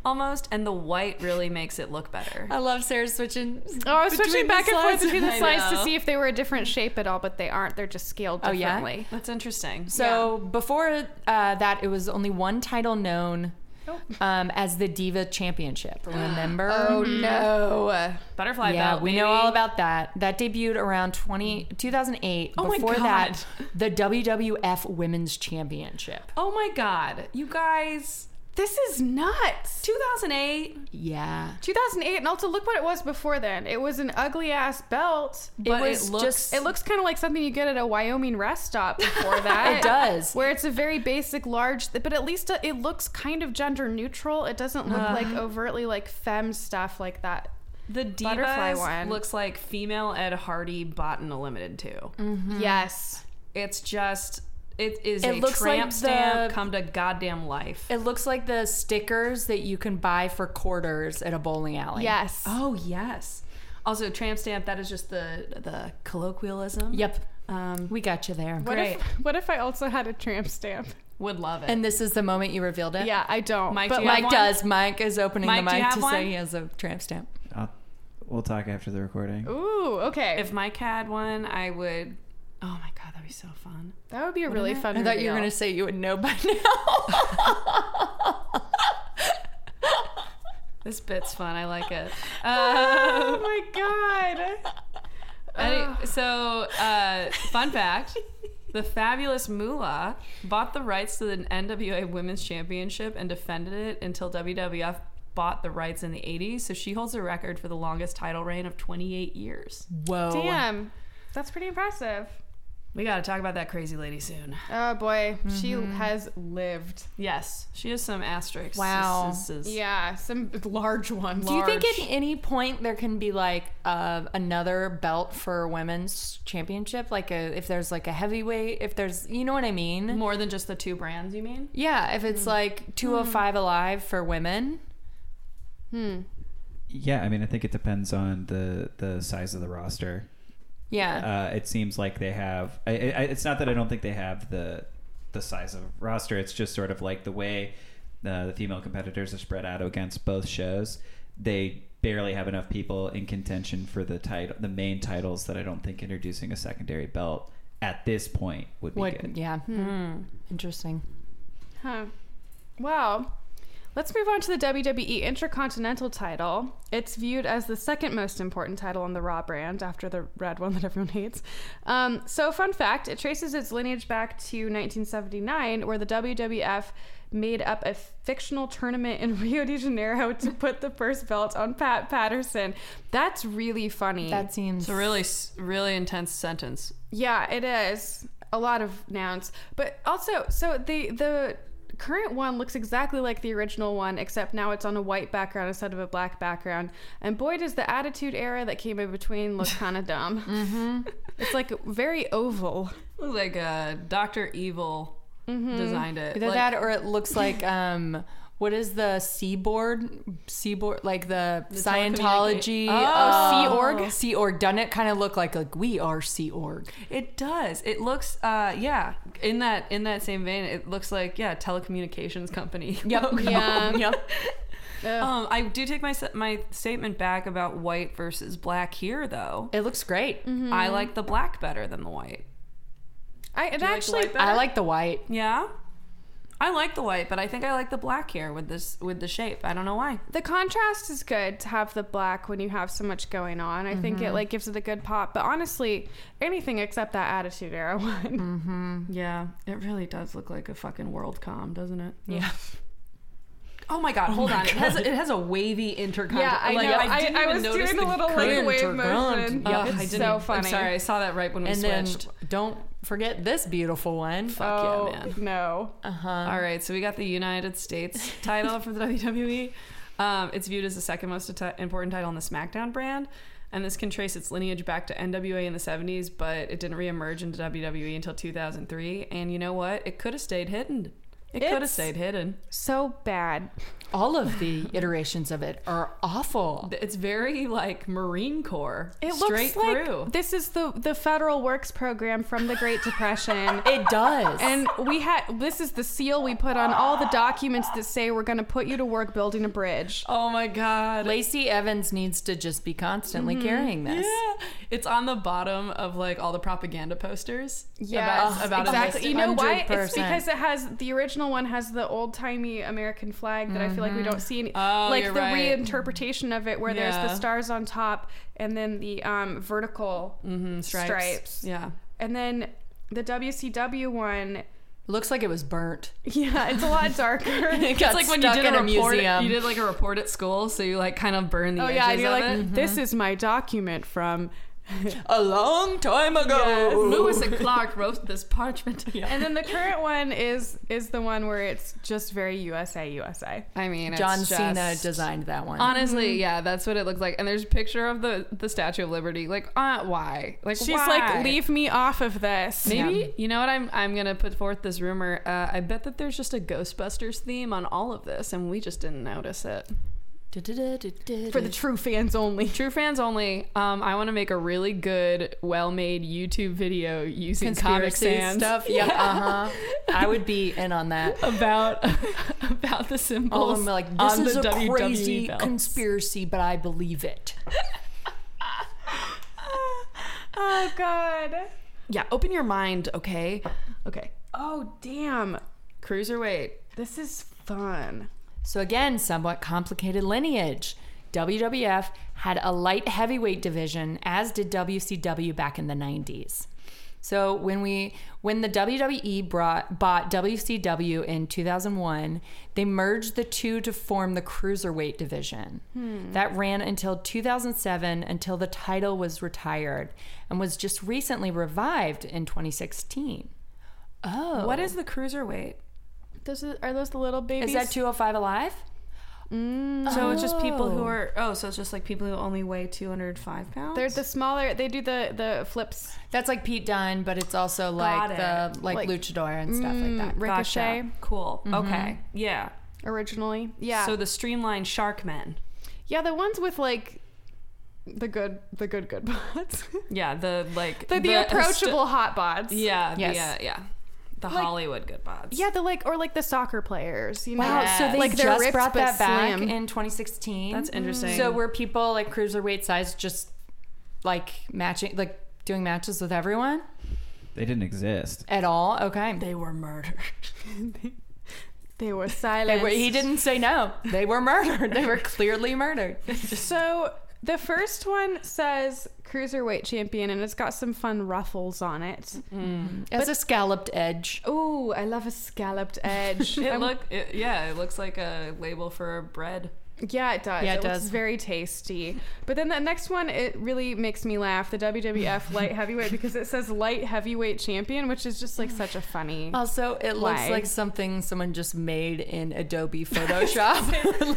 [SPEAKER 2] almost and the white really makes it look better.
[SPEAKER 3] I love Sarah switching.
[SPEAKER 1] Oh, I was
[SPEAKER 3] between
[SPEAKER 1] switching
[SPEAKER 3] the
[SPEAKER 1] back and forth
[SPEAKER 3] slides.
[SPEAKER 1] between the
[SPEAKER 2] I
[SPEAKER 1] slides to
[SPEAKER 2] know.
[SPEAKER 1] see if they were a different shape at all, but they aren't. They're just scaled
[SPEAKER 3] Oh, yeah?
[SPEAKER 1] differently.
[SPEAKER 2] That's interesting.
[SPEAKER 3] So before uh, that, it was only one title known
[SPEAKER 1] Oh.
[SPEAKER 3] um, as the Diva Championship. Remember?
[SPEAKER 1] no.
[SPEAKER 2] Butterfly
[SPEAKER 3] Yeah,
[SPEAKER 2] belt.
[SPEAKER 3] we
[SPEAKER 2] baby.
[SPEAKER 3] know all about that. That debuted around 20, 2008.
[SPEAKER 2] Oh my
[SPEAKER 3] Before
[SPEAKER 2] God.
[SPEAKER 3] that, the WWF Women's Championship.
[SPEAKER 2] Oh my god. You guys,
[SPEAKER 1] This is nuts.
[SPEAKER 2] 2008
[SPEAKER 3] Yeah.
[SPEAKER 1] 2008, and also look what it was before then. It was an ugly ass belt.
[SPEAKER 2] But
[SPEAKER 3] it
[SPEAKER 2] it
[SPEAKER 3] was
[SPEAKER 2] looks-
[SPEAKER 3] just.
[SPEAKER 1] It looks kind of like something you get at a Wyoming rest stop before that.
[SPEAKER 3] It does.
[SPEAKER 1] Where it's a very basic, large, but at least uh, it looks kind of gender neutral. It doesn't look like overtly like femme stuff like that.
[SPEAKER 2] the
[SPEAKER 1] Butterfly
[SPEAKER 2] divas
[SPEAKER 1] one.
[SPEAKER 2] looks like female Ed Hardy bought and limited too.
[SPEAKER 1] Yes.
[SPEAKER 2] It's just it is
[SPEAKER 3] Mm.
[SPEAKER 2] a
[SPEAKER 3] It looks
[SPEAKER 2] tramp
[SPEAKER 3] like
[SPEAKER 2] stamp
[SPEAKER 3] the-
[SPEAKER 2] come to goddamn life.
[SPEAKER 3] It looks like the stickers that you can buy for quarters at a bowling alley.
[SPEAKER 1] Yes.
[SPEAKER 2] Oh yes. Also, tramp stamp. That is just the the colloquialism.
[SPEAKER 3] Yep.
[SPEAKER 2] Um,
[SPEAKER 3] We got you there.
[SPEAKER 1] What
[SPEAKER 2] great.
[SPEAKER 1] if what if I also had a tramp stamp?
[SPEAKER 2] would love it.
[SPEAKER 3] And this is the moment you revealed it.
[SPEAKER 1] Yeah, I don't.
[SPEAKER 2] Mike,
[SPEAKER 1] but
[SPEAKER 2] do you have
[SPEAKER 1] like
[SPEAKER 3] Mike does. Mike is opening
[SPEAKER 2] Mike,
[SPEAKER 3] the
[SPEAKER 2] do you
[SPEAKER 3] mic
[SPEAKER 2] have
[SPEAKER 3] to
[SPEAKER 2] one?
[SPEAKER 3] say he has a tramp stamp.
[SPEAKER 4] I'll, we'll talk after the recording.
[SPEAKER 1] Ooh, okay.
[SPEAKER 2] if Mike had one, I would. Oh my god, that'd be so fun.
[SPEAKER 1] that would be a really fun
[SPEAKER 3] I thought you were going
[SPEAKER 1] reveal.
[SPEAKER 3] to say you would know by now.
[SPEAKER 2] This bit's fun. I like it. Uh,
[SPEAKER 1] Oh my god.
[SPEAKER 2] any- so, uh, fun fact: the fabulous Moolah bought the rights to the NWA Women's Championship and defended it until WWF bought the rights in the '80s. So she holds the record for the longest title reign of 28 years.
[SPEAKER 3] Whoa.
[SPEAKER 1] Damn. That's pretty impressive.
[SPEAKER 2] We got to talk about that crazy lady soon.
[SPEAKER 1] Oh boy, she
[SPEAKER 3] Mm-hmm.
[SPEAKER 1] has lived.
[SPEAKER 2] Yes, she has some asterisks.
[SPEAKER 3] Wow.
[SPEAKER 2] This is-
[SPEAKER 1] Yeah, some large ones.
[SPEAKER 3] Do you think
[SPEAKER 2] large.
[SPEAKER 3] at any point there can be like uh, another belt for women's championship? Like a, if there's like a heavyweight, if there's, you know what I mean?
[SPEAKER 2] More than just the two Hmm. brands, you mean?
[SPEAKER 3] Yeah, if it's like 205 Alive for women.
[SPEAKER 4] Yeah, I mean, I think it depends on the the size of the roster.
[SPEAKER 3] Yeah.
[SPEAKER 4] Uh, it seems like they have. I, I, it's not that I don't think they have the the size of roster. It's just sort of like the way uh, the female competitors are spread out against both shows. They barely have enough people in contention for the title, the main titles. That I don't think introducing a secondary belt at this point would be
[SPEAKER 3] What,
[SPEAKER 4] good.
[SPEAKER 3] yeah. hmm,
[SPEAKER 2] Mm-hmm.
[SPEAKER 3] Interesting.
[SPEAKER 1] Huh. Well, let's move on to the WWE Intercontinental title. It's viewed as the second most important title on the Raw brand after the red one that everyone hates. Um, so, fun fact it traces its lineage back to 1979, where the WWF made up a fictional tournament in Rio de Janeiro to put the first belt on Pat Patterson. That's really funny.
[SPEAKER 3] That seems.
[SPEAKER 2] It's a really, s- really intense sentence.
[SPEAKER 1] Yeah, it is a lot of nouns, but also so the the current one looks exactly like the original one, except now it's on a white background instead of a black background. And boy, does the Attitude Era that came in between look kind of dumb.
[SPEAKER 2] Mm-hmm.
[SPEAKER 1] It's like very oval.
[SPEAKER 2] Looks like uh, Doctor Evil designed it.
[SPEAKER 3] Either
[SPEAKER 2] Like,
[SPEAKER 3] that or it looks like um what is the seaboard seaboard like the, Scientology
[SPEAKER 2] telecommunica-
[SPEAKER 3] uh,
[SPEAKER 1] Oh, Sea Org?
[SPEAKER 3] Sea Org doesn't it kind of look like like we are Sea Org
[SPEAKER 2] it does. It looks, uh, yeah. In that, in that same vein, it looks like yeah, telecommunications company.
[SPEAKER 3] yep
[SPEAKER 1] Yeah.
[SPEAKER 3] yep
[SPEAKER 2] Um, I do take my s- my statement back about white versus black here, though.
[SPEAKER 3] it looks great
[SPEAKER 2] I like the black better than the white.
[SPEAKER 1] I it
[SPEAKER 2] Do you like the
[SPEAKER 1] actually
[SPEAKER 2] white better?
[SPEAKER 3] I like the white
[SPEAKER 2] Yeah. I like the white, but I think I like the black here with this with the shape. I don't know why.
[SPEAKER 1] the contrast is good to have the black when you have so much going on. I think
[SPEAKER 2] Mm-hmm.
[SPEAKER 1] it like gives it a good pop. But honestly, anything except that Attitude Era one.
[SPEAKER 2] Mm, Mm-hmm. Yeah, it really does look like a fucking WorldCom, doesn't it? Yeah. Oh my god, hold on. It has it has a wavy intercom.
[SPEAKER 1] Yeah, I
[SPEAKER 2] like,
[SPEAKER 1] know. I,
[SPEAKER 2] didn't
[SPEAKER 1] I
[SPEAKER 2] even
[SPEAKER 1] was
[SPEAKER 2] notice
[SPEAKER 1] doing
[SPEAKER 2] the
[SPEAKER 1] a little
[SPEAKER 2] curve.
[SPEAKER 1] like wave
[SPEAKER 3] current or
[SPEAKER 1] motion.
[SPEAKER 3] grunt. Ugh,
[SPEAKER 1] it's
[SPEAKER 2] I didn't
[SPEAKER 1] so
[SPEAKER 2] even-
[SPEAKER 1] funny.
[SPEAKER 2] I'm sorry, I saw that right when we
[SPEAKER 3] and then
[SPEAKER 2] switched.
[SPEAKER 3] don't forget this beautiful one Uh-huh.
[SPEAKER 2] Fuck
[SPEAKER 1] oh
[SPEAKER 2] yeah, man.
[SPEAKER 1] no!
[SPEAKER 2] All right, so we got the United States E. title for the WWE. Um, it's viewed as the second most atti- important title on the SmackDown brand. and this can trace its lineage back to NWA in the 70s, but it didn't reemerge into WWE until 2003. And you know what? It could have stayed hidden. It could have
[SPEAKER 1] It's-
[SPEAKER 2] stayed hidden.
[SPEAKER 1] So bad.
[SPEAKER 3] All of the iterations of it are awful.
[SPEAKER 2] It's very like Marine Corps.
[SPEAKER 1] It
[SPEAKER 2] straight
[SPEAKER 1] looks like
[SPEAKER 2] through.
[SPEAKER 1] this is the the federal works program from the Great Depression.
[SPEAKER 3] It does.
[SPEAKER 1] And we had this is the seal we put on all the documents that say we're going to put you to work building a bridge.
[SPEAKER 2] oh my god.
[SPEAKER 3] Lacey Evans needs to just be constantly carrying this.
[SPEAKER 2] Yeah. It's on the bottom of like all the propaganda posters.
[SPEAKER 1] Yes,
[SPEAKER 2] about, about
[SPEAKER 1] exactly.
[SPEAKER 2] A
[SPEAKER 1] You know why? It's
[SPEAKER 3] 100%.
[SPEAKER 1] because it has the original one has the old timey American flag that I feel like we don't see. Any,
[SPEAKER 2] Oh,
[SPEAKER 1] like
[SPEAKER 2] you're
[SPEAKER 1] the
[SPEAKER 2] right.
[SPEAKER 1] reinterpretation of it, where there's
[SPEAKER 2] Yeah.
[SPEAKER 1] the stars on top and then the um, vertical
[SPEAKER 2] Mm, stripes.
[SPEAKER 1] stripes,
[SPEAKER 2] Yeah.
[SPEAKER 1] and then the WCW one.
[SPEAKER 3] Looks like it was burnt.
[SPEAKER 1] Yeah, it's a lot darker.
[SPEAKER 3] It got
[SPEAKER 2] it's like when you
[SPEAKER 3] stuck
[SPEAKER 2] did
[SPEAKER 3] in
[SPEAKER 2] a,
[SPEAKER 3] a,
[SPEAKER 2] report,
[SPEAKER 3] museum.
[SPEAKER 2] you did like a report at school, so you like kind of burn the
[SPEAKER 1] oh
[SPEAKER 2] edges
[SPEAKER 1] yeah, and you're
[SPEAKER 2] of
[SPEAKER 1] like,
[SPEAKER 2] it.
[SPEAKER 1] this is my document from
[SPEAKER 3] a long time ago.
[SPEAKER 2] Lewis and Clark wrote this parchment.
[SPEAKER 1] And then the current one is is the one where it's just very USA USA.
[SPEAKER 2] I mean, it's
[SPEAKER 3] John
[SPEAKER 2] just-
[SPEAKER 3] Cena Mm-hmm. designed that one.
[SPEAKER 2] Honestly, yeah, that's what it looked like. And there's a picture of the the Statue of Liberty. Like, uh, why? Like,
[SPEAKER 1] She's
[SPEAKER 2] why?
[SPEAKER 1] like, leave me off of this.
[SPEAKER 2] Maybe
[SPEAKER 3] Yeah.
[SPEAKER 2] you know what I'm. I'm gonna put forth this rumor. Uh, I bet that there's just a Ghostbusters theme on all of this, and we just didn't notice it.
[SPEAKER 1] For the true fans only.
[SPEAKER 2] True fans only. Um, I want to make a really good, well-made YouTube video using Comic
[SPEAKER 3] conspiracy
[SPEAKER 2] Sans
[SPEAKER 3] stuff. Yeah, uh huh. I would be in on that.
[SPEAKER 2] about about the symbols.
[SPEAKER 3] All of them are like, this
[SPEAKER 2] on
[SPEAKER 3] is a
[SPEAKER 2] the E WWE
[SPEAKER 3] crazy
[SPEAKER 2] belts.
[SPEAKER 3] conspiracy, but I believe it.
[SPEAKER 1] Oh god.
[SPEAKER 2] Yeah, open your mind, okay? Okay.
[SPEAKER 1] Oh damn.
[SPEAKER 2] Cruiserweight.
[SPEAKER 1] This is fun.
[SPEAKER 3] So, again, somewhat complicated lineage. WWF had a light heavyweight division, as did WCW back in the 90s. So when we when the WWE brought bought WCW in 2001, they merged the two to form the Cruiserweight division. That ran until 2007 until the title was retired and was just recently revived in 2016. Oh.
[SPEAKER 2] What is the cruiserweight?
[SPEAKER 1] Those are, are those the little babies?
[SPEAKER 3] is that 205 alive?
[SPEAKER 2] So it's just people who
[SPEAKER 3] Oh.
[SPEAKER 2] are oh, so it's just like people who only weigh two hundred five pounds.
[SPEAKER 1] They're the smaller. They do the the flips.
[SPEAKER 3] That's like Pete Dunne, but it's also
[SPEAKER 2] Got
[SPEAKER 3] like
[SPEAKER 2] it.
[SPEAKER 3] the like,
[SPEAKER 1] Like-
[SPEAKER 3] mm, luchador and stuff like that.
[SPEAKER 2] Gotcha.
[SPEAKER 1] Ricochet
[SPEAKER 2] Cool. Okay. Yeah.
[SPEAKER 1] originally. Yeah.
[SPEAKER 2] So the streamlined shark men.
[SPEAKER 1] yeah, the ones with like the good the good good bots.
[SPEAKER 2] Yeah. The like
[SPEAKER 1] the, the, approachable hot bots.
[SPEAKER 2] yeah.
[SPEAKER 3] Yes.
[SPEAKER 2] Yeah. Yeah. The Hollywood good bods.
[SPEAKER 1] Yeah, the like or like the soccer players, you know.
[SPEAKER 3] Wow, so they
[SPEAKER 1] like they're
[SPEAKER 3] just
[SPEAKER 1] ripped
[SPEAKER 3] brought
[SPEAKER 1] but
[SPEAKER 3] that back
[SPEAKER 1] slim.
[SPEAKER 3] in 2016.
[SPEAKER 2] That's interesting.
[SPEAKER 3] Mm-hmm. So were people like cruiserweight size just like matching, like doing matches with everyone
[SPEAKER 4] They didn't exist.
[SPEAKER 3] at all? Okay.
[SPEAKER 2] they were murdered.
[SPEAKER 1] They were silent.
[SPEAKER 3] They were, he didn't say no. They were murdered. They were clearly murdered.
[SPEAKER 1] So the first one says cruiserweight champion, and it's got some fun ruffles on it.
[SPEAKER 3] As a scalloped edge.
[SPEAKER 1] Ooh, I love a scalloped edge.
[SPEAKER 2] It
[SPEAKER 1] I'm-
[SPEAKER 2] look. It, yeah. It looks like a label for a bread.
[SPEAKER 1] yeah, it does.
[SPEAKER 3] Yeah, it
[SPEAKER 1] looks
[SPEAKER 3] does.
[SPEAKER 1] very tasty. But then that next one, it really makes me laugh. The WWF light heavyweight because it says light heavyweight champion, which is just like such a funny.
[SPEAKER 3] Also, it looks
[SPEAKER 1] Why?
[SPEAKER 3] like something someone just made in Adobe Photoshop.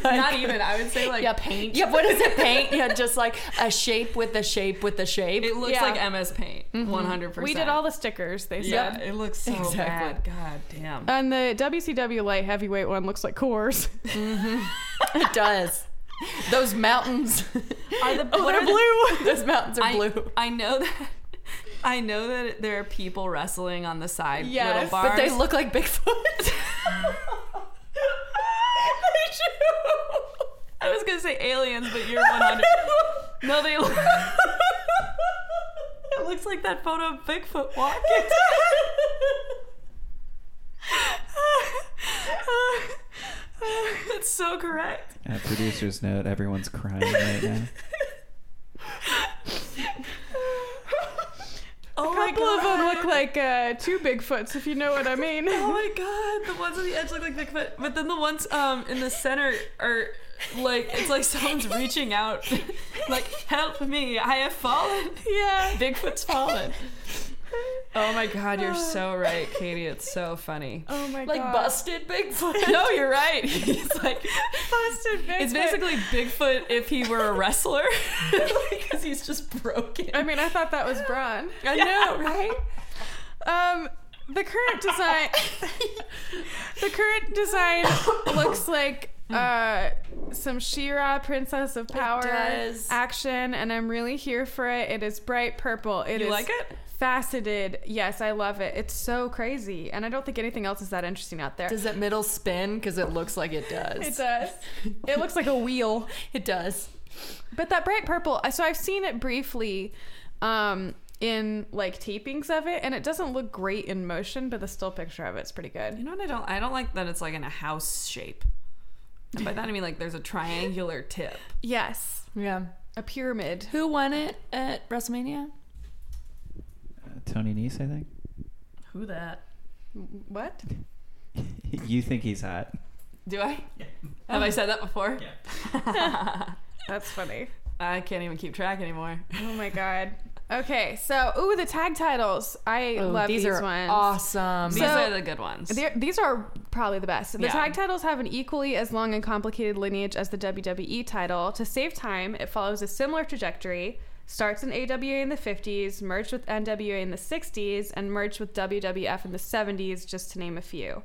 [SPEAKER 3] Like-
[SPEAKER 2] Not even. I would say like
[SPEAKER 3] yeah,
[SPEAKER 2] paint.
[SPEAKER 3] Yeah, what is it? Paint? Yeah, just like a shape with a shape with a shape.
[SPEAKER 2] It looks
[SPEAKER 1] Yeah. Mm-hmm.
[SPEAKER 2] like MS Paint. One hundred percent.
[SPEAKER 1] we did all the stickers. They
[SPEAKER 2] Yeah,
[SPEAKER 1] said.
[SPEAKER 2] it looks so
[SPEAKER 3] Exactly.
[SPEAKER 2] bad. God damn.
[SPEAKER 1] And the WCW light heavyweight one looks like Coors.
[SPEAKER 3] It does. Those mountains
[SPEAKER 2] Are the,
[SPEAKER 3] Oh,
[SPEAKER 2] what
[SPEAKER 3] they're
[SPEAKER 2] are the-
[SPEAKER 3] blue. Those mountains are
[SPEAKER 2] I,
[SPEAKER 3] blue.
[SPEAKER 2] I know that. I know that there are people wrestling on the side
[SPEAKER 1] Yes,
[SPEAKER 2] little bars.
[SPEAKER 3] But they look like Bigfoot.
[SPEAKER 2] I was gonna say aliens, but you're 100. no, they. Look, it looks like that photo of Bigfoot walking. That's so correct.
[SPEAKER 4] Uh, producers note: everyone's crying right now.
[SPEAKER 2] Oh
[SPEAKER 1] a
[SPEAKER 2] my
[SPEAKER 1] couple of them
[SPEAKER 2] God.
[SPEAKER 1] look like uh, two Bigfoots, if you know what I mean.
[SPEAKER 2] Oh my god, the ones on the edge look like Bigfoot, but then the ones um in the center are like it's like someone's reaching out, like help me, I have fallen.
[SPEAKER 1] yeah.
[SPEAKER 2] Bigfoot's fallen. Oh my god, you're so right, Katie. It's so funny.
[SPEAKER 1] Uh. Oh my
[SPEAKER 3] like
[SPEAKER 1] god.
[SPEAKER 3] busted Bigfoot.
[SPEAKER 2] No, you're right. He's like
[SPEAKER 1] busted.
[SPEAKER 2] It's basically Bigfoot if he were a wrestler, because he's just broken.
[SPEAKER 1] I mean, I thought that was Braun.
[SPEAKER 2] I know, right?
[SPEAKER 1] Um, the current design, the current design looks like uh, some Shira Princess of Power
[SPEAKER 3] does.
[SPEAKER 1] action, and I'm really here for it. It is bright purple. It is
[SPEAKER 2] You like it?
[SPEAKER 1] faceted. Yes, I love it. It's so crazy, and I don't think anything else is that interesting out there.
[SPEAKER 3] Does it middle spin? Because it looks like it does.
[SPEAKER 1] it does. it looks like a wheel.
[SPEAKER 3] It does.
[SPEAKER 1] But that bright purple, so I've seen it briefly um, in like tapings of it, and it doesn't look great in motion, but the still picture of it's pretty
[SPEAKER 2] You
[SPEAKER 1] good.
[SPEAKER 2] know what I don't? I don't like that it's like in a house shape. And by that I mean like there's a triangular tip.
[SPEAKER 1] Yes,
[SPEAKER 3] Yeah.
[SPEAKER 1] a pyramid.
[SPEAKER 3] Who won it at WrestleMania?
[SPEAKER 4] Uh, Tony Nese, I think.
[SPEAKER 2] Who that?
[SPEAKER 1] What?
[SPEAKER 4] you think he's hot?
[SPEAKER 2] Do I? Have I said that before?
[SPEAKER 4] Yeah.
[SPEAKER 1] That's funny.
[SPEAKER 2] I can't even keep track anymore.
[SPEAKER 1] Oh my god. Okay, so ooh, the tag titles. I love these,
[SPEAKER 3] Oh, are
[SPEAKER 1] ones.
[SPEAKER 3] awesome.
[SPEAKER 2] These
[SPEAKER 1] So-
[SPEAKER 2] are the good ones.
[SPEAKER 1] They're- these are probably the best. The
[SPEAKER 2] Yeah.
[SPEAKER 1] tag titles have an equally as long and complicated lineage as the WWE title. To save time, it follows a similar trajectory. Starts in AWA in the 50s, merged with NWA in the 60s, and merged with WWF in the 70s, just to name a few.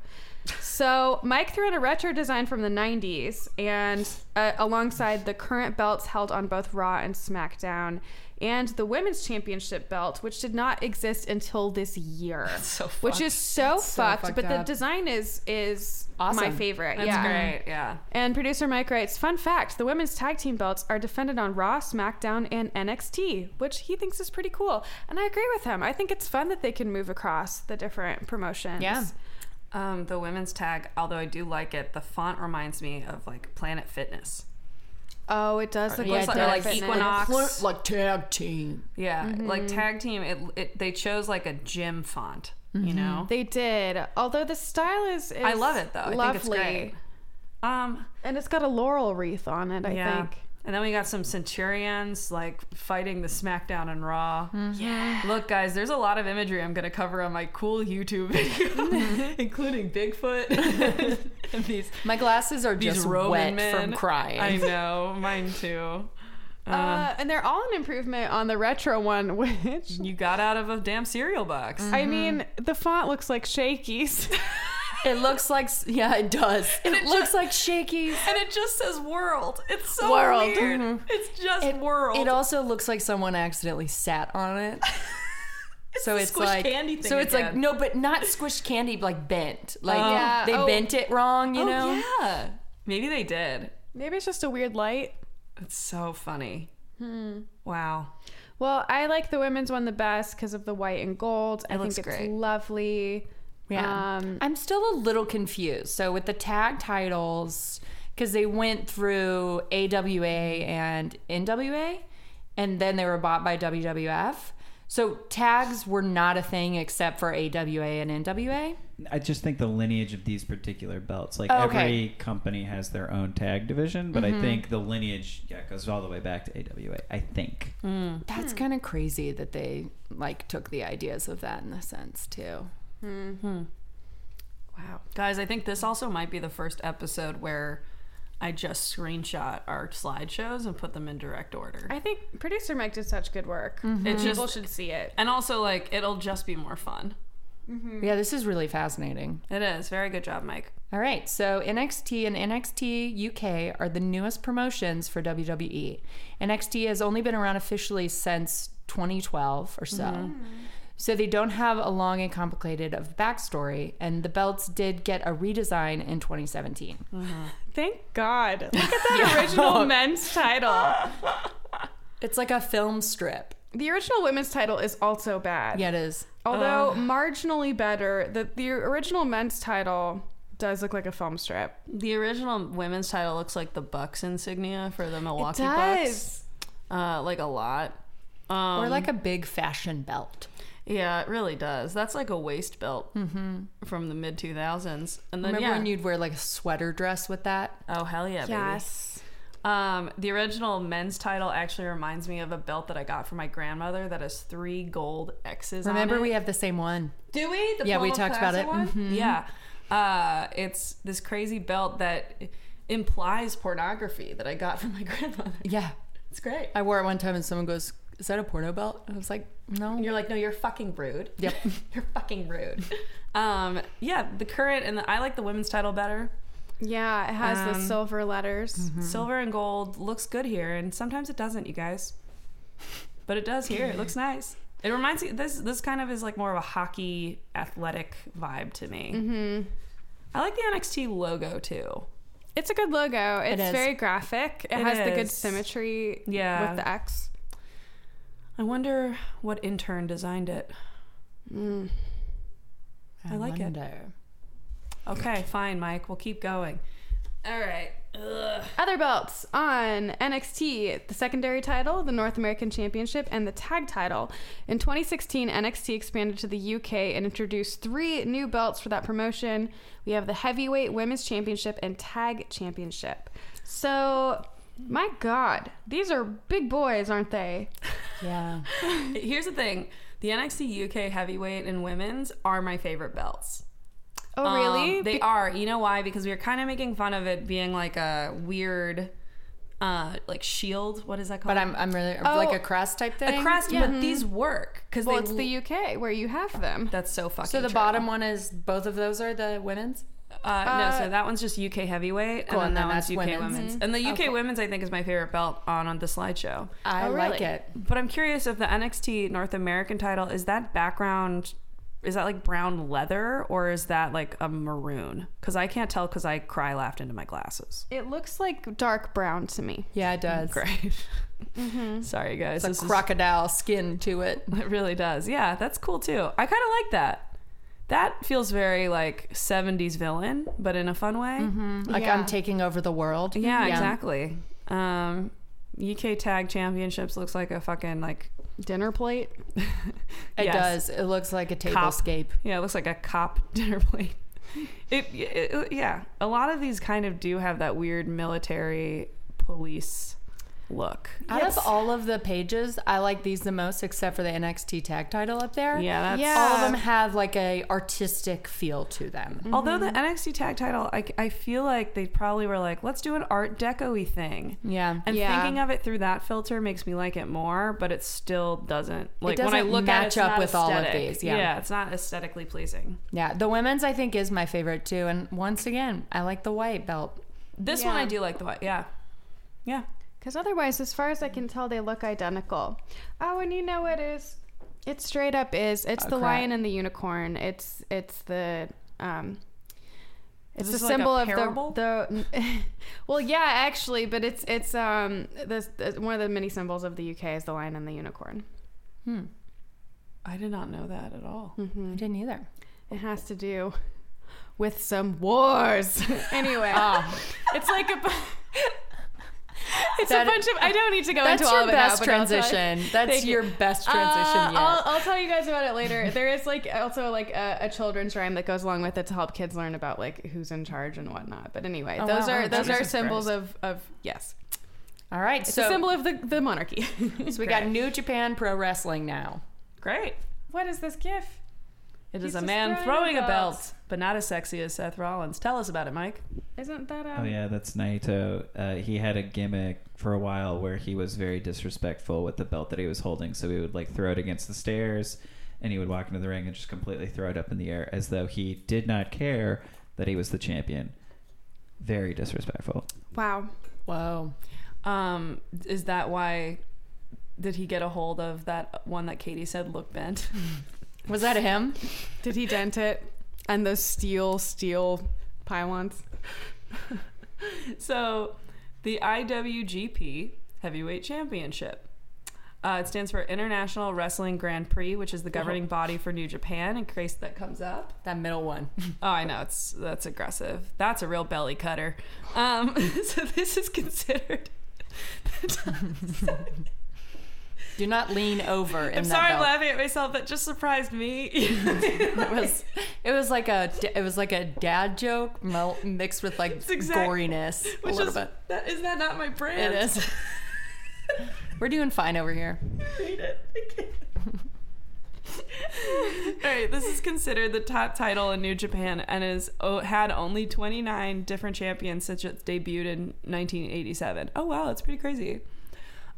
[SPEAKER 1] So Mike threw in a retro design from the 90s, and uh, alongside the current belts held on both Raw and SmackDown, and the Women's Championship belt, which did not exist until this year
[SPEAKER 2] so
[SPEAKER 1] which
[SPEAKER 2] fucked.
[SPEAKER 1] is so
[SPEAKER 3] so
[SPEAKER 1] fucked,
[SPEAKER 3] fucked
[SPEAKER 1] but
[SPEAKER 3] up.
[SPEAKER 1] the design is is my
[SPEAKER 3] Awesome.
[SPEAKER 1] favorite.
[SPEAKER 2] That's
[SPEAKER 1] yeah.
[SPEAKER 2] great. Yeah.
[SPEAKER 1] And producer Mike writes, "Fun fact: the women's tag team belts are defended on Raw, SmackDown, and NXT, which he thinks is pretty cool. And I agree with him. I think it's fun that they can move across the different promotions.
[SPEAKER 3] Yeah.
[SPEAKER 2] Um, the women's tag, although I do like it, the font reminds me of like Planet Fitness.
[SPEAKER 1] Oh, it does look
[SPEAKER 2] Yeah,
[SPEAKER 1] like
[SPEAKER 2] it does.
[SPEAKER 1] Planet
[SPEAKER 2] Like
[SPEAKER 1] Fitness.
[SPEAKER 2] Equinox. Ox.
[SPEAKER 3] Like tag team.
[SPEAKER 2] Yeah, like
[SPEAKER 1] Mm-hmm.
[SPEAKER 2] tag team. It, it they chose like a gym font.
[SPEAKER 1] Mm-hmm.
[SPEAKER 2] You know,
[SPEAKER 1] They did, although the style is, is
[SPEAKER 2] I love it though. I
[SPEAKER 1] Lovely,
[SPEAKER 2] think it's great. Um,
[SPEAKER 1] and it's got a laurel wreath on it. I
[SPEAKER 2] yeah.
[SPEAKER 1] think.
[SPEAKER 2] And then we got some Centurions like fighting the SmackDown and Raw.
[SPEAKER 1] Mm-hmm. Yeah.
[SPEAKER 2] Look, guys, there's a lot of imagery I'm gonna cover on my cool YouTube video, including Bigfoot and these
[SPEAKER 3] My glasses are
[SPEAKER 2] these
[SPEAKER 3] just
[SPEAKER 2] Roman
[SPEAKER 3] wet
[SPEAKER 2] men.
[SPEAKER 3] from crying.
[SPEAKER 2] I know, mine too. Uh,
[SPEAKER 1] Uh, and they're all an improvement on the retro one, which
[SPEAKER 2] you got out of a damn cereal box.
[SPEAKER 1] I mean, the font looks like Shakey's.
[SPEAKER 3] It looks like yeah, it does. It,
[SPEAKER 2] it
[SPEAKER 3] looks like shaky.
[SPEAKER 2] and it just says world. It's so
[SPEAKER 3] World.
[SPEAKER 2] weird.
[SPEAKER 3] Mhm.
[SPEAKER 2] It's just
[SPEAKER 3] It,
[SPEAKER 2] world.
[SPEAKER 3] it also looks like someone accidentally sat on it. so
[SPEAKER 2] the
[SPEAKER 3] it's
[SPEAKER 2] squished
[SPEAKER 3] like
[SPEAKER 2] candy thing
[SPEAKER 3] so it's like
[SPEAKER 2] again.
[SPEAKER 3] no, but not squished candy, like bent. Like
[SPEAKER 2] Oh.
[SPEAKER 1] Yeah,
[SPEAKER 3] they
[SPEAKER 1] oh.
[SPEAKER 3] bent it wrong, you
[SPEAKER 2] oh,
[SPEAKER 3] know.
[SPEAKER 2] yeah. Maybe they did.
[SPEAKER 1] Maybe it's just a weird light.
[SPEAKER 2] It's so funny. Hmm. Wow.
[SPEAKER 1] Well, I like the women's one the best because of the white and gold. I
[SPEAKER 2] looks
[SPEAKER 1] think it's
[SPEAKER 2] great.
[SPEAKER 1] lovely.
[SPEAKER 3] Yeah.
[SPEAKER 1] Um,
[SPEAKER 3] I'm still a little confused. So with the tag titles, because they went through AWA and NWA, and then they were bought by WWF. So tags were not a thing except for AWA and NWA.
[SPEAKER 4] I just think the lineage of these particular belts, like
[SPEAKER 3] Oh, okay. Mm-hmm.
[SPEAKER 4] every company has their own tag division, but I think the lineage yeah goes all the way back to AWA. I think.
[SPEAKER 3] Mm.
[SPEAKER 2] Hmm.
[SPEAKER 3] That's kind of crazy that they like took the ideas of that in a sense too.
[SPEAKER 2] Wow. Guys, I think this also might be the first episode where I just screenshot our slideshows and put them in direct order.
[SPEAKER 1] I think producer Mike did such good work.
[SPEAKER 2] It just-
[SPEAKER 1] People should see it.
[SPEAKER 2] and also, like, it'll just be more fun. Hmm.
[SPEAKER 3] Yeah, this is really fascinating.
[SPEAKER 2] It is. Very good job, Mike.
[SPEAKER 3] All right, so NXT and NXT UK are the newest promotions for E. WWE. NXT has only been around officially since 2012 or so.
[SPEAKER 2] Mm-hmm.
[SPEAKER 3] So they don't have a long and complicated of backstory, and the belts did get a redesign in 2017.
[SPEAKER 1] Thank God. Look at that original men's title.
[SPEAKER 3] It's like a film strip.
[SPEAKER 1] The original women's title is also bad.
[SPEAKER 3] Yeah, it is.
[SPEAKER 1] Although marginally better, the, the original men's title does look like a film strip.
[SPEAKER 2] The original women's title looks like the Bucks insignia for the Milwaukee Bucks. Uh, like a lot. Um,
[SPEAKER 3] or like a big fashion belt.
[SPEAKER 2] Yeah, it really does. That's like a waist belt from the mid 2000s. And then,
[SPEAKER 3] Mm-hmm. Remember
[SPEAKER 2] yeah.
[SPEAKER 3] when you'd wear like a sweater dress with that?
[SPEAKER 2] oh, hell yeah, baby.
[SPEAKER 1] Yes.
[SPEAKER 2] Um, the original men's title actually reminds me of a belt that I got from my grandmother that has three gold X's. on
[SPEAKER 3] Remember,
[SPEAKER 2] it.
[SPEAKER 3] we have the same one.
[SPEAKER 2] Do we? The
[SPEAKER 3] Yeah, we
[SPEAKER 2] Paloma
[SPEAKER 3] talked about
[SPEAKER 2] Plaza
[SPEAKER 3] it. Mm-hmm.
[SPEAKER 2] One? Yeah. Uh, it's this crazy belt that implies pornography that I got from my grandmother.
[SPEAKER 3] Yeah.
[SPEAKER 2] It's great.
[SPEAKER 3] I wore it one time and someone goes, Is that a porno belt? And I was like, No.
[SPEAKER 2] And you're like, no, you're fucking rude.
[SPEAKER 3] Yep.
[SPEAKER 2] you're fucking rude. Um, yeah, the current and the, I like the women's title better.
[SPEAKER 1] Yeah, it has the
[SPEAKER 2] Um,
[SPEAKER 1] silver letters.
[SPEAKER 2] Silver and gold looks good here, and sometimes it doesn't, you guys. But it does here. It looks nice. It reminds me. This this kind of is like more of a hockey athletic vibe to me. Mm-hmm. I like the NXT logo too.
[SPEAKER 1] It's a good logo. It's
[SPEAKER 3] is.
[SPEAKER 1] very graphic. It,
[SPEAKER 2] It
[SPEAKER 1] has the good
[SPEAKER 2] is.
[SPEAKER 1] symmetry
[SPEAKER 2] Yeah.
[SPEAKER 1] with the X.
[SPEAKER 2] I wonder what intern designed it. I like it. Okay, fine, Mike. We'll keep going. All right. Ugh.
[SPEAKER 1] Other belts on NXT, the secondary title, the North American Championship, and the tag title. In 2016, NXT expanded to the UK and introduced three new belts for that promotion. We have the Heavyweight Women's Championship and Tag Championship. So, my God, these are big boys, aren't they?
[SPEAKER 3] Yeah.
[SPEAKER 2] Here's the thing: the NXT UK heavyweight and women's are my favorite belts.
[SPEAKER 1] Oh, really?
[SPEAKER 2] Um, they are. You know why? Because we were kind of making fun of it being like a weird, uh, like shield. What is that called?
[SPEAKER 3] But I'm, I'm really
[SPEAKER 1] Oh,
[SPEAKER 3] like a crest type thing.
[SPEAKER 2] a crest. But these work because
[SPEAKER 1] well,
[SPEAKER 2] they.
[SPEAKER 1] it's the UK where you have them.
[SPEAKER 2] that's so fucking.
[SPEAKER 3] So the
[SPEAKER 2] true.
[SPEAKER 3] bottom one is both of those are the women's?
[SPEAKER 2] Uh, no, so that one's just UK heavyweight,
[SPEAKER 3] Cool,
[SPEAKER 2] and
[SPEAKER 3] and
[SPEAKER 2] then
[SPEAKER 3] then
[SPEAKER 2] that one's
[SPEAKER 3] that's
[SPEAKER 2] UK women's.
[SPEAKER 3] women's.
[SPEAKER 2] And the UK women's, I think, is my favorite belt on on the slideshow.
[SPEAKER 3] I
[SPEAKER 1] Oh,
[SPEAKER 3] like
[SPEAKER 1] really?
[SPEAKER 3] it.
[SPEAKER 2] But I'm curious if the NXT North American title is that background. Is that like brown leather or is that like a maroon? Because I can't tell because I cry laughed into my glasses.
[SPEAKER 1] It looks like dark brown to me.
[SPEAKER 3] Yeah, it does.
[SPEAKER 2] Great. Sorry, guys.
[SPEAKER 3] Mm-hmm. It's
[SPEAKER 2] this
[SPEAKER 3] a
[SPEAKER 2] is-
[SPEAKER 3] crocodile skin to it.
[SPEAKER 2] It really does. Yeah, that's cool too. I kind of like that. That feels very like 70s villain, but in a fun way.
[SPEAKER 3] Like
[SPEAKER 1] Yeah.
[SPEAKER 3] I'm taking over the world.
[SPEAKER 2] Mm-hmm. Yeah, exactly. Um, UK Tag Championships looks like a fucking like
[SPEAKER 1] Dinner plate.
[SPEAKER 3] It
[SPEAKER 2] Yes.
[SPEAKER 3] does. It looks like a
[SPEAKER 2] Cop.
[SPEAKER 3] tablescape.
[SPEAKER 2] Yeah, it looks like a cop dinner plate. It, it- yeah, a lot of these kind of do have that weird military police look.
[SPEAKER 3] Out
[SPEAKER 1] Yes.
[SPEAKER 3] of all of the pages, I like these the most, except for the NXT tag title up there.
[SPEAKER 2] Yeah, that's
[SPEAKER 1] Yeah.
[SPEAKER 3] all of them have like a artistic feel to them.
[SPEAKER 2] Although the NXT tag title, I, I feel like they probably were like, let's do an Art Deco thing.
[SPEAKER 3] Yeah,
[SPEAKER 2] And
[SPEAKER 1] Yeah.
[SPEAKER 2] thinking of it through that filter makes me like it more, but it still doesn't. Like when I
[SPEAKER 3] doesn't
[SPEAKER 2] look at it,
[SPEAKER 3] match
[SPEAKER 2] it's
[SPEAKER 3] up
[SPEAKER 2] not
[SPEAKER 3] with all of
[SPEAKER 2] aesthetic.
[SPEAKER 3] these, yeah.
[SPEAKER 2] yeah, it's not aesthetically pleasing.
[SPEAKER 3] yeah. The women's I think is my favorite too. And once again, I like the white belt.
[SPEAKER 2] This one
[SPEAKER 1] Yeah.
[SPEAKER 2] I do like the white. Yeah, yeah.
[SPEAKER 1] Because otherwise, as far as I can tell, they look identical. Oh, and you know it is. It straight up is. It's the
[SPEAKER 3] crap.
[SPEAKER 1] lion and the unicorn. It's it's the um. It's
[SPEAKER 2] this
[SPEAKER 1] the
[SPEAKER 2] like a
[SPEAKER 1] symbol
[SPEAKER 2] parable?
[SPEAKER 1] of the the. well, yeah, actually, but it's it's um this uh, one of the many symbols of the UK is the lion and the unicorn.
[SPEAKER 2] I did not know that at all.
[SPEAKER 1] Hmm.
[SPEAKER 3] I didn't either.
[SPEAKER 1] It has to do with some wars. anyway,
[SPEAKER 3] Ah.
[SPEAKER 1] it's like a. bu- It's
[SPEAKER 3] That-
[SPEAKER 1] a bunch of. I don't need to go
[SPEAKER 3] That's
[SPEAKER 1] into all of
[SPEAKER 3] your
[SPEAKER 1] it
[SPEAKER 3] best
[SPEAKER 1] now, but I'll tell you-
[SPEAKER 3] transition. That's
[SPEAKER 1] Thank you.
[SPEAKER 3] your best transition
[SPEAKER 1] Uh,
[SPEAKER 3] yet.
[SPEAKER 1] I'll, I'll tell you guys about it later. There is like also like a, a children's rhyme that goes along with it to help kids learn about like who's in charge and whatnot. But anyway,
[SPEAKER 3] Oh,
[SPEAKER 1] those
[SPEAKER 3] wow,
[SPEAKER 1] are
[SPEAKER 3] wow,
[SPEAKER 1] those are
[SPEAKER 4] Jesus
[SPEAKER 1] symbols of of yes,
[SPEAKER 3] All right,
[SPEAKER 1] it's
[SPEAKER 3] so
[SPEAKER 1] a symbol of the the monarchy.
[SPEAKER 3] so we got New Japan Pro Wrestling now.
[SPEAKER 2] Great.
[SPEAKER 1] what is this gif?
[SPEAKER 2] It
[SPEAKER 1] He's
[SPEAKER 2] is a
[SPEAKER 1] just
[SPEAKER 2] man
[SPEAKER 1] throwing
[SPEAKER 2] throwing
[SPEAKER 1] a
[SPEAKER 2] a belt.
[SPEAKER 1] belt.
[SPEAKER 2] but not as sexy as Seth Rollins. Tell us about it, Mike.
[SPEAKER 1] Isn't that um,
[SPEAKER 4] Oh yeah, that's Naito. Uh, he had a gimmick for a while where he was very disrespectful with the belt that he was holding. So he would like throw it against the stairs, and he would walk into the ring and just completely throw it up in the air as though he did not care that he was the champion. Very disrespectful.
[SPEAKER 1] wow?
[SPEAKER 3] Whoa.
[SPEAKER 2] Um, is that why? Did he get a hold of that one that Katie said looked bent?
[SPEAKER 3] Was that him?
[SPEAKER 1] Did he dent it? And those steel steel pylons.
[SPEAKER 2] so, the IWGP Heavyweight Championship. Uh, it stands for International Wrestling Grand Prix, which is the governing body for New Japan. In case that comes up,
[SPEAKER 3] Oh. That middle one.
[SPEAKER 2] Oh, I know it's that's aggressive. That's a real belly cutter. Um, so this is considered.
[SPEAKER 3] Do not lean over. In
[SPEAKER 2] I'm
[SPEAKER 3] that
[SPEAKER 2] sorry I'm
[SPEAKER 3] belt.
[SPEAKER 2] laughing at myself. That just surprised me.
[SPEAKER 3] It was it was like a it was like a dad joke mel- mixed with like
[SPEAKER 2] exact-
[SPEAKER 3] goriness a
[SPEAKER 2] Which
[SPEAKER 3] little
[SPEAKER 2] is,
[SPEAKER 3] bit.
[SPEAKER 2] That, is that not my brand?
[SPEAKER 3] It is. We're doing fine over here.
[SPEAKER 2] Read it. I can't. All right, this is considered the top title in New Japan and is oh, had only 29 different champions since it debuted in 1987. Oh wow, that's pretty crazy.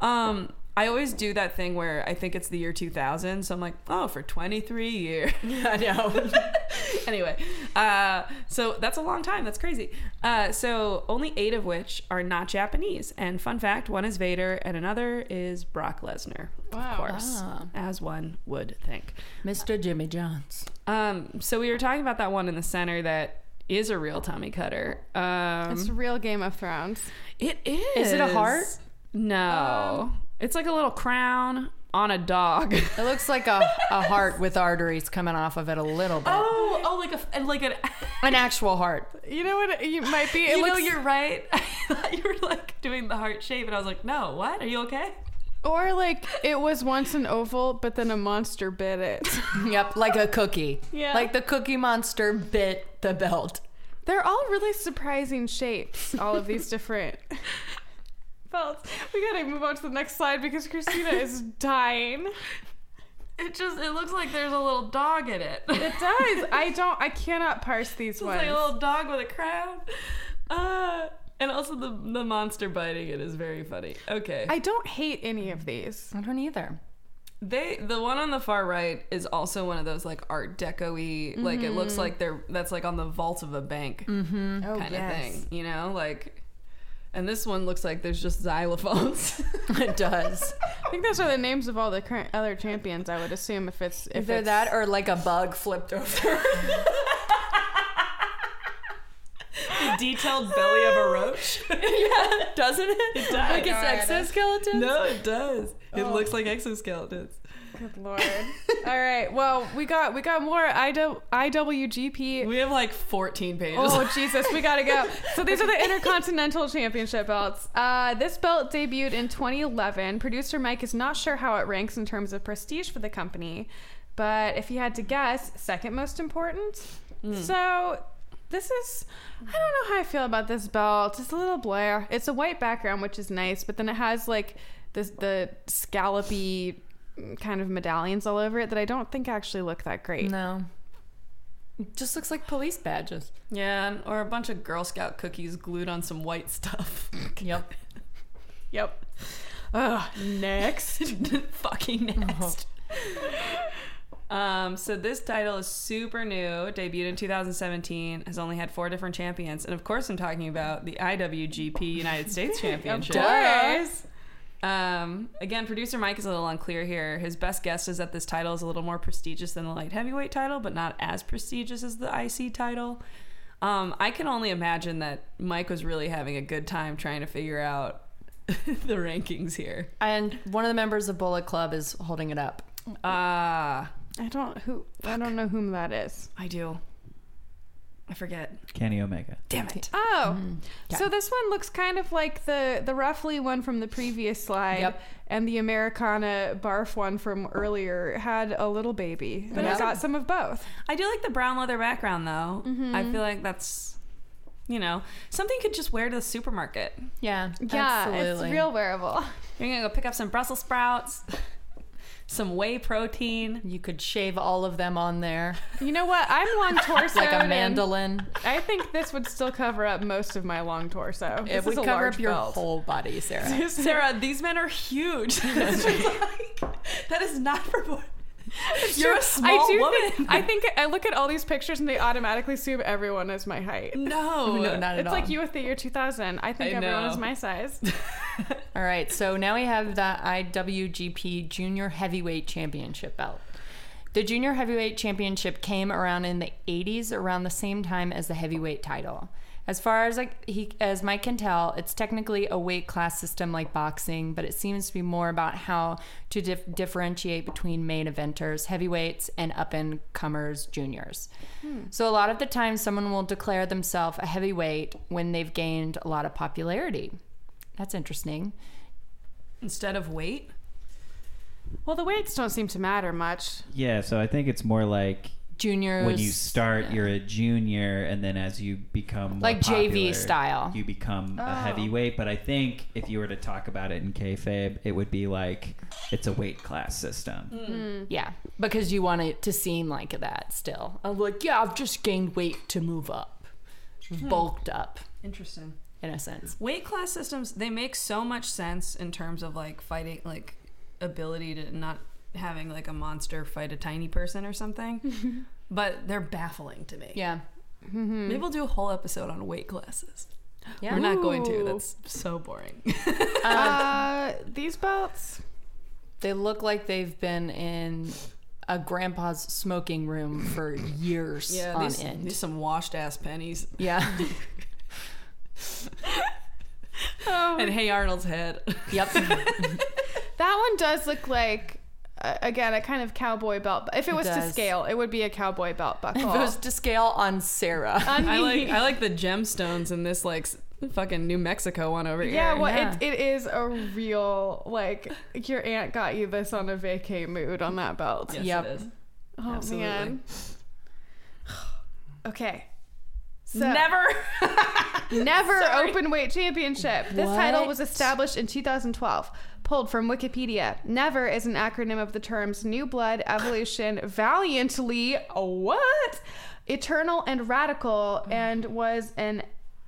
[SPEAKER 2] Um, I always do that thing where I think it's the year 2000, so I'm like, oh, for 23 years.
[SPEAKER 3] I know.
[SPEAKER 2] anyway, uh, so that's a long time. That's crazy. Uh, so only eight of which are not Japanese. And fun fact, one is Vader and another is Brock Lesnar.
[SPEAKER 1] Wow.
[SPEAKER 2] Of course,
[SPEAKER 3] Ah.
[SPEAKER 2] as one would think.
[SPEAKER 3] Mr. Jimmy Johns.
[SPEAKER 2] Um, so we were talking about that one in the center that is a real Tommy Cutter. Um,
[SPEAKER 1] It's real Game of Thrones.
[SPEAKER 2] it is.
[SPEAKER 3] Is it a heart? Um,
[SPEAKER 2] No. it's like a little crown on a dog.
[SPEAKER 3] It looks like a, a heart with arteries coming off of it a little bit.
[SPEAKER 2] Oh, oh, like a like an.
[SPEAKER 3] An actual heart.
[SPEAKER 1] You know what? It might be. It
[SPEAKER 2] you
[SPEAKER 1] looks,
[SPEAKER 2] know, you're right. I thought you were like doing the heart shape, and I was like, no, what? Are you okay?
[SPEAKER 1] or like it was once an oval, but then a monster bit it.
[SPEAKER 3] Yep, like a cookie.
[SPEAKER 1] Yeah.
[SPEAKER 3] Like the cookie monster bit the belt.
[SPEAKER 1] They're all really surprising shapes. All of these different belts. We gotta move on to the next slide because Christina is dying.
[SPEAKER 2] It just it looks like there's a little dog in it.
[SPEAKER 1] It does. I don't. I cannot parse these
[SPEAKER 2] It's
[SPEAKER 1] ones.
[SPEAKER 2] like a little dog with a crown. Uh, and also the the monster biting it is very funny. Okay.
[SPEAKER 1] I don't hate any of these.
[SPEAKER 3] I don't either.
[SPEAKER 2] They the one on the far right is also one of those like art decoy like it
[SPEAKER 3] Mm-hmm.
[SPEAKER 2] looks like they're that's like on the vault of a bank
[SPEAKER 1] Oh,
[SPEAKER 2] kind of thing, you know? Like and this one looks like there's just xylophones.
[SPEAKER 3] It does.
[SPEAKER 1] I think those are the names of all the current other champions. I would assume if it's if
[SPEAKER 3] Either
[SPEAKER 1] it's,
[SPEAKER 3] that or like a bug flipped over.
[SPEAKER 2] the detailed belly of a roach.
[SPEAKER 3] yeah, doesn't it? It
[SPEAKER 2] does.
[SPEAKER 3] Like Oh. it's exoskeleton?
[SPEAKER 2] no, it does. It looks like exoskeletons.
[SPEAKER 1] Good lord. all right. Well, we got we got more IW, IWGP.
[SPEAKER 2] We have like 14 pages.
[SPEAKER 1] Oh Jesus, we gotta go. So these are the Intercontinental Championship belts. Uh, this belt debuted in 2011. Producer Mike is not sure how it ranks in terms of prestige for the company, but if he had to guess, second most important. So this is I don't know how I feel about this belt. It's a little blare. It's a white background, which is nice, but then it has like this the scallopy kind of medallions all over it that I don't think actually look that great.
[SPEAKER 3] No. It just looks like police badges.
[SPEAKER 2] Yeah, and- or a bunch of Girl Scout cookies glued on some white stuff.
[SPEAKER 3] Yep.
[SPEAKER 1] Yep. Ugh, next.
[SPEAKER 2] Fucking next. Um, so this title is super new. It Debuted in 2017. Has only had four different champions, and of course, I'm talking about the IWGP United States Championship.
[SPEAKER 1] course.
[SPEAKER 2] Um, again, producer Mike is a little unclear here. His best guess is that this title is a little more prestigious than the light heavyweight title, but not as prestigious as the IC title. Um, I can only imagine that Mike was really having a good time trying to figure out the rankings here.
[SPEAKER 3] And one of the members of Bullet Club is holding it up.
[SPEAKER 2] Ah,
[SPEAKER 1] I don't who I don't know whom that is.
[SPEAKER 2] I do. I forget.
[SPEAKER 4] Kenny Omega.
[SPEAKER 2] Damn it.
[SPEAKER 1] Oh.
[SPEAKER 3] Mm. yeah.
[SPEAKER 1] So this one looks kind of like the the roughly one from the previous slide
[SPEAKER 3] Yep.
[SPEAKER 1] and the Americana barf one from earlier had a little baby. But I
[SPEAKER 3] Yep.
[SPEAKER 1] got some of both.
[SPEAKER 2] I do like the brown leather background though. I feel like that's, you know, something you could just wear to the supermarket.
[SPEAKER 3] Yeah.
[SPEAKER 1] Yeah, it's real wearable.
[SPEAKER 2] You're gonna go pick up some Brussels sprouts, some whey protein.
[SPEAKER 3] You could shave all of them on there
[SPEAKER 1] You know what? I'm long torso.
[SPEAKER 3] like a
[SPEAKER 1] and
[SPEAKER 3] mandolin.
[SPEAKER 1] I think this would still cover up most of my long torso. This
[SPEAKER 3] It
[SPEAKER 1] is
[SPEAKER 3] would
[SPEAKER 1] a
[SPEAKER 3] cover
[SPEAKER 1] large
[SPEAKER 3] up your
[SPEAKER 1] belt.
[SPEAKER 3] whole body, Sarah.
[SPEAKER 2] Sarah, these men are huge. That's just like- that is not for. You're a small
[SPEAKER 1] I do
[SPEAKER 2] woman.
[SPEAKER 1] Think, I think I look at all these pictures and they automatically assume everyone is my height.
[SPEAKER 2] no,
[SPEAKER 3] no, not at
[SPEAKER 1] It's
[SPEAKER 3] all.
[SPEAKER 1] like you with the year 2000. I think
[SPEAKER 2] I
[SPEAKER 1] everyone
[SPEAKER 2] know.
[SPEAKER 1] is my size.
[SPEAKER 3] All right, so now we have the IWGP Junior Heavyweight Championship belt. The Junior Heavyweight Championship came around in the 80s, around the same time as the heavyweight title. As far as like he as Mike can tell, it's technically a weight class system like boxing, but it seems to be more about how to dif- differentiate between main eventers, heavyweights, and up and comers, juniors. So a lot of the time, someone will declare themselves a heavyweight when they've gained a lot of popularity. That's interesting.
[SPEAKER 2] Instead of weight,
[SPEAKER 1] Well, the weights don't seem to matter much.
[SPEAKER 4] Yeah, so I think it's more like
[SPEAKER 3] Juniors.
[SPEAKER 4] when you start,
[SPEAKER 3] yeah.
[SPEAKER 4] you're a junior, and then as you become more
[SPEAKER 3] Like JV
[SPEAKER 4] popular,
[SPEAKER 3] style.
[SPEAKER 4] you become a
[SPEAKER 1] Oh.
[SPEAKER 4] heavyweight. But I think if you were to talk about it in kayfabe, it would be like it's a weight class system.
[SPEAKER 3] Mm. Mm-hmm. Yeah, because you want it to seem like that still. I'm like, yeah, I've just gained weight to move up, bulked up
[SPEAKER 2] Interesting.
[SPEAKER 3] in a sense.
[SPEAKER 2] Weight class systems, they make so much sense in terms of like fighting, like ability to not having like a monster fight a tiny person or something. but they're baffling to me.
[SPEAKER 3] Yeah.
[SPEAKER 2] Maybe we'll do a whole episode on weight classes.
[SPEAKER 3] Yeah.
[SPEAKER 2] We're not going to.
[SPEAKER 1] Ooh.
[SPEAKER 2] That's so boring.
[SPEAKER 1] Uh, these belts.
[SPEAKER 3] They look like they've been in a grandpa's smoking room for years
[SPEAKER 2] yeah,
[SPEAKER 3] on
[SPEAKER 2] these,
[SPEAKER 3] end.
[SPEAKER 2] these some washed ass pennies.
[SPEAKER 3] yeah.
[SPEAKER 1] Um,
[SPEAKER 2] And hey Arnold's head.
[SPEAKER 3] yep.
[SPEAKER 1] That one does look like, uh, again, a kind of cowboy belt. If it was to
[SPEAKER 3] does.
[SPEAKER 1] scale, it would be a cowboy belt buckle.
[SPEAKER 3] If it was to scale on Sarah.
[SPEAKER 1] On
[SPEAKER 2] I like
[SPEAKER 1] me.
[SPEAKER 2] I like the gemstones in this like s- fucking New Mexico one over here.
[SPEAKER 1] yeah, well,
[SPEAKER 3] yeah.
[SPEAKER 1] It, it is a real, like, your aunt got you this on a vacay mood on that belt.
[SPEAKER 2] Yes,
[SPEAKER 3] Yep.
[SPEAKER 2] it is.
[SPEAKER 1] Oh,
[SPEAKER 2] Absolutely.
[SPEAKER 1] man. okay. So,
[SPEAKER 2] Never.
[SPEAKER 1] Never open weight championship. This title was
[SPEAKER 3] What?
[SPEAKER 1] established in 2012. Pulled from Wikipedia. Never is an acronym of the terms new blood, evolution, valiantly, what? Eternal and radical, and was an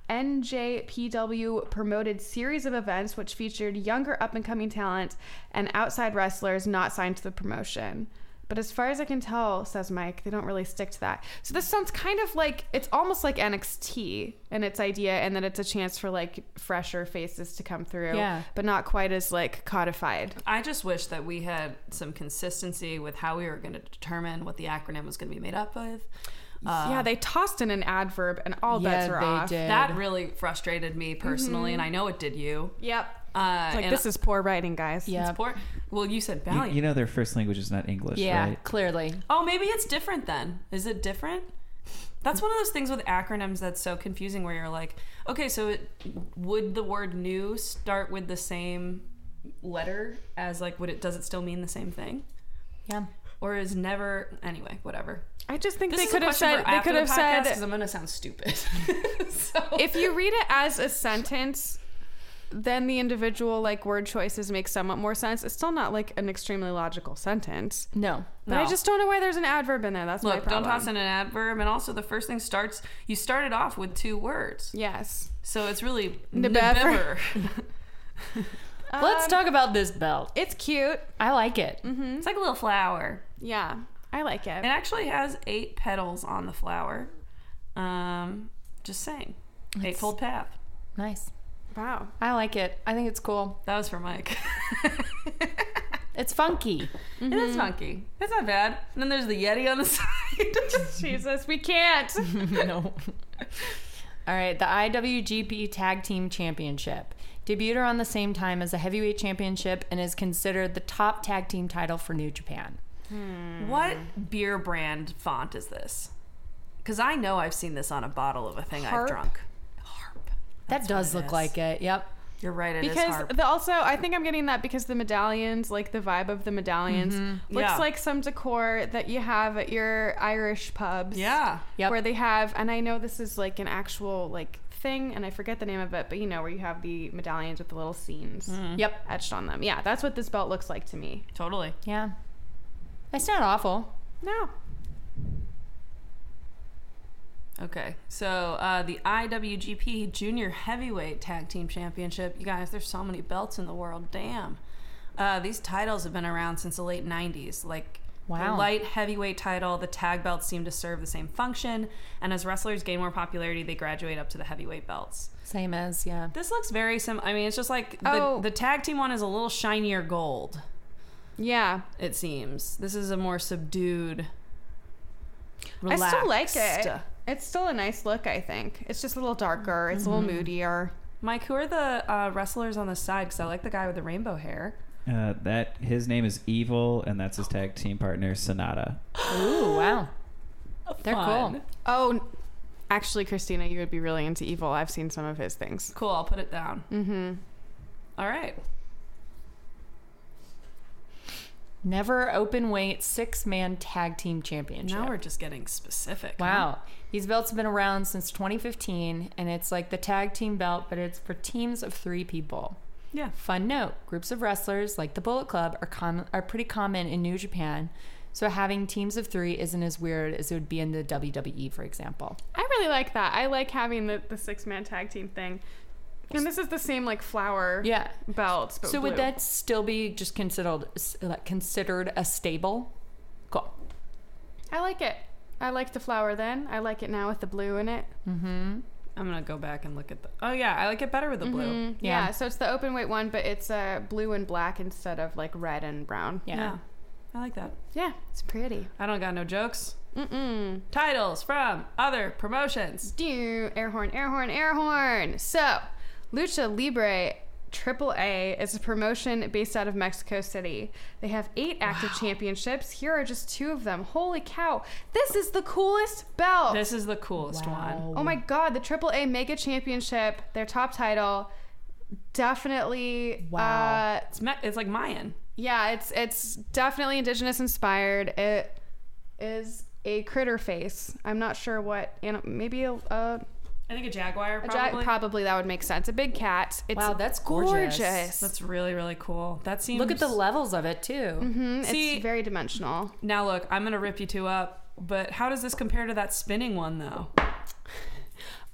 [SPEAKER 1] NJPW promoted series of events which featured younger up and coming talent and outside wrestlers not signed to the promotion. But as far as I can tell, says Mike, they don't really stick to that. So this sounds kind of like it's almost like NXT and its idea, and that it's a chance for like fresher faces to come through,
[SPEAKER 3] Yeah.
[SPEAKER 1] but not quite as like codified.
[SPEAKER 2] I just wish that we had some consistency with how we were going to determine what the acronym was going to be made up of. Uh,
[SPEAKER 1] yeah, they tossed in an adverb, and all bets
[SPEAKER 3] Yeah,
[SPEAKER 1] are
[SPEAKER 3] they
[SPEAKER 1] off.
[SPEAKER 3] did.
[SPEAKER 2] that really frustrated me personally, and I know it did you.
[SPEAKER 1] Yep.
[SPEAKER 2] Uh,
[SPEAKER 1] It's like
[SPEAKER 2] and
[SPEAKER 1] this is poor writing, guys.
[SPEAKER 3] Yeah.
[SPEAKER 2] it's poor. Well, you said
[SPEAKER 4] You,
[SPEAKER 2] valiant.
[SPEAKER 4] you know, their first language is not English,
[SPEAKER 3] yeah,
[SPEAKER 4] right?
[SPEAKER 3] clearly.
[SPEAKER 2] Oh, maybe it's different then. Is it different? That's one of those things with acronyms that's so confusing where you're like, okay, so it, would the word new start with the same letter as like would it does it still mean the same thing?
[SPEAKER 3] Yeah.
[SPEAKER 2] Or is never anyway, whatever.
[SPEAKER 1] I just think
[SPEAKER 2] This
[SPEAKER 1] they could have said they could have said
[SPEAKER 2] because I'm gonna sound stupid. so
[SPEAKER 1] if you read it as a sentence then the individual like word choices make somewhat more sense it's still not like an extremely logical sentence
[SPEAKER 3] No.
[SPEAKER 1] but i just don't know why there's an adverb in there that's my
[SPEAKER 2] look,
[SPEAKER 1] problem
[SPEAKER 2] don't toss in an adverb and also the first thing starts you started off with two words.
[SPEAKER 1] yes
[SPEAKER 2] So it's really
[SPEAKER 1] Nebever.
[SPEAKER 2] never.
[SPEAKER 3] Let's
[SPEAKER 1] Um,
[SPEAKER 3] talk about this belt.
[SPEAKER 1] it's cute
[SPEAKER 3] I like it.
[SPEAKER 2] it's like a little flower.
[SPEAKER 1] yeah i like it
[SPEAKER 2] It actually has eight petals on the flower. Um, just saying. Eightfold path.
[SPEAKER 3] Nice.
[SPEAKER 1] wow
[SPEAKER 3] I like it. I think it's cool.
[SPEAKER 2] That was for Mike.
[SPEAKER 3] It's funky.
[SPEAKER 2] It is
[SPEAKER 1] Mm-hmm.
[SPEAKER 2] funky. It's not bad. And then there's the Yeti on the side.
[SPEAKER 1] jesus we can't
[SPEAKER 3] no. All right, the IWGP Tag Team Championship. Debuted around the same time as the Heavyweight Championship and is considered the top tag team title for New Japan.
[SPEAKER 1] Mm.
[SPEAKER 2] what beer brand font is this? Because I know I've seen this on a bottle of a thing
[SPEAKER 1] Harp?
[SPEAKER 2] I've drunk. Harp.
[SPEAKER 3] That does
[SPEAKER 2] what it
[SPEAKER 3] look
[SPEAKER 2] is.
[SPEAKER 3] like it. Yep.
[SPEAKER 2] You're right. It is
[SPEAKER 1] because
[SPEAKER 2] harp.
[SPEAKER 1] the, also i think i'm getting that because the medallions like the vibe of the medallions looks
[SPEAKER 2] Mm-hmm. Yeah.
[SPEAKER 1] like some decor that you have at your irish pubs
[SPEAKER 2] yeah.
[SPEAKER 3] Yep.
[SPEAKER 1] where they have and i know this is like an actual like thing and i forget the name of it but you know where you have the medallions with the little scenes
[SPEAKER 2] Mm-hmm.
[SPEAKER 3] Yep.
[SPEAKER 1] etched on them yeah that's what this belt looks like to me
[SPEAKER 2] Totally.
[SPEAKER 3] Yeah. It's not awful.
[SPEAKER 1] no
[SPEAKER 2] Okay, so uh, the IWGP Junior Heavyweight Tag Team Championship. You guys, there's so many belts in the world. Damn. Uh, these titles have been around since the late 90s. Like, the
[SPEAKER 3] Wow.
[SPEAKER 2] light heavyweight title, the tag belts seem to serve the same function. And as wrestlers gain more popularity, they graduate up to the heavyweight belts.
[SPEAKER 3] Same as, yeah.
[SPEAKER 2] This looks very sim. I mean, it's just like the,
[SPEAKER 1] Oh.
[SPEAKER 2] the tag team one is a little shinier gold,
[SPEAKER 1] yeah
[SPEAKER 2] it seems. This is a more subdued.
[SPEAKER 1] i still like it
[SPEAKER 2] relaxed.
[SPEAKER 1] it's still a nice look i think it's just a little darker it's a little moodier
[SPEAKER 2] Mike, who are the uh, wrestlers on the side? Because I like the guy with the rainbow hair.
[SPEAKER 4] Uh, that his name is Evil, and that's his tag team partner Sonata.
[SPEAKER 3] Ooh, wow. They're cool.
[SPEAKER 2] Fun.
[SPEAKER 1] oh n- actually christina you would be really into evil i've seen some of his things
[SPEAKER 2] Cool, I'll put it down.
[SPEAKER 1] mm-hmm
[SPEAKER 2] All right.
[SPEAKER 3] Never open weight six man tag team championship.
[SPEAKER 2] Now we're just getting specific. huh?
[SPEAKER 3] Wow. These belts have been around since 2015, and it's like the tag team belt, but it's for teams of three people.
[SPEAKER 2] Yeah.
[SPEAKER 3] Fun note groups of wrestlers, like the Bullet Club, are, com- are pretty common in New Japan, so having teams of three isn't as weird as it would be in the WWE, for example.
[SPEAKER 1] I really like that. I like having the, the six man tag team thing. And this is the same like flower
[SPEAKER 3] Yeah.
[SPEAKER 1] belts. But
[SPEAKER 3] So would
[SPEAKER 1] blue.
[SPEAKER 3] that still be just considered like, considered a stable? Cool.
[SPEAKER 1] I like it. I liked the flower then. I like it now with the blue in it.
[SPEAKER 3] Mm-hmm.
[SPEAKER 2] I'm gonna go back and look at the. Mm-hmm. Oh yeah, I like it better with the blue.
[SPEAKER 1] Mm, yeah.
[SPEAKER 3] Yeah.
[SPEAKER 1] So it's the open weight one, but it's uh, blue and black instead of like red and brown.
[SPEAKER 3] Yeah.
[SPEAKER 2] I like that.
[SPEAKER 1] Yeah, it's pretty.
[SPEAKER 2] I don't got no jokes.
[SPEAKER 1] Mm-mm.
[SPEAKER 2] Titles from other promotions.
[SPEAKER 1] Do air horn, air horn, air horn. So, Lucha Libre Triple A is a promotion based out of Mexico City. They have eight active championships. Here are just two of them. Holy cow! This is the coolest belt.
[SPEAKER 2] This is the coolest one.
[SPEAKER 1] Oh my god, the Triple A Mega Championship, their top title, definitely.
[SPEAKER 3] Wow.
[SPEAKER 1] Uh,
[SPEAKER 2] It's me- it's like Mayan.
[SPEAKER 1] yeah, it's it's definitely indigenous inspired. It is a critter face. I'm not sure what, and maybe a, a,
[SPEAKER 2] I think a jaguar
[SPEAKER 1] a
[SPEAKER 2] probably.
[SPEAKER 1] probably. probably that would make sense. A big cat. It's
[SPEAKER 3] Wow, that's gorgeous.
[SPEAKER 1] gorgeous.
[SPEAKER 2] That's really really cool. That seems.
[SPEAKER 3] Look at the levels of it too.
[SPEAKER 1] Mhm,
[SPEAKER 2] See-
[SPEAKER 1] it's very dimensional.
[SPEAKER 2] now look, I'm gonna rip you two up. But how does this compare to that spinning one though?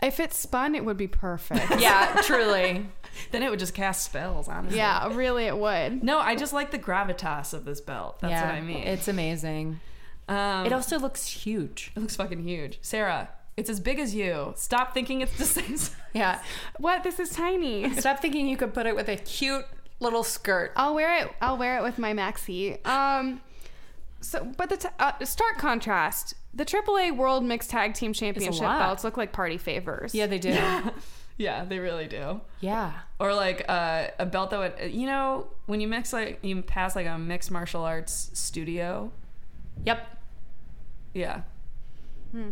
[SPEAKER 1] If it spun, it would be perfect.
[SPEAKER 3] Yeah, truly.
[SPEAKER 2] Then it would just cast spells, honestly.
[SPEAKER 1] yeah, really, it would.
[SPEAKER 2] No, I just like the gravitas of this belt. That's what I mean.
[SPEAKER 3] It's amazing.
[SPEAKER 2] um,
[SPEAKER 3] It also looks huge.
[SPEAKER 2] It looks fucking huge. Sarah, it's as big as you. Stop thinking it's the same size.
[SPEAKER 3] Yeah.
[SPEAKER 1] What? This is tiny.
[SPEAKER 3] Stop thinking you could put it with a cute little skirt.
[SPEAKER 1] I'll wear it. I'll wear it with my maxi. Um, so, but the t- uh, stark contrast: the AAA World Mixed Tag Team Championship
[SPEAKER 3] lot.
[SPEAKER 1] belts look like party favors.
[SPEAKER 3] Yeah, they do. Yeah.
[SPEAKER 2] Yeah, they really do. Or like uh, a belt that would, you know, when you mix like you pass like a mixed martial arts studio.
[SPEAKER 3] Yep.
[SPEAKER 2] Yeah.
[SPEAKER 1] Hmm.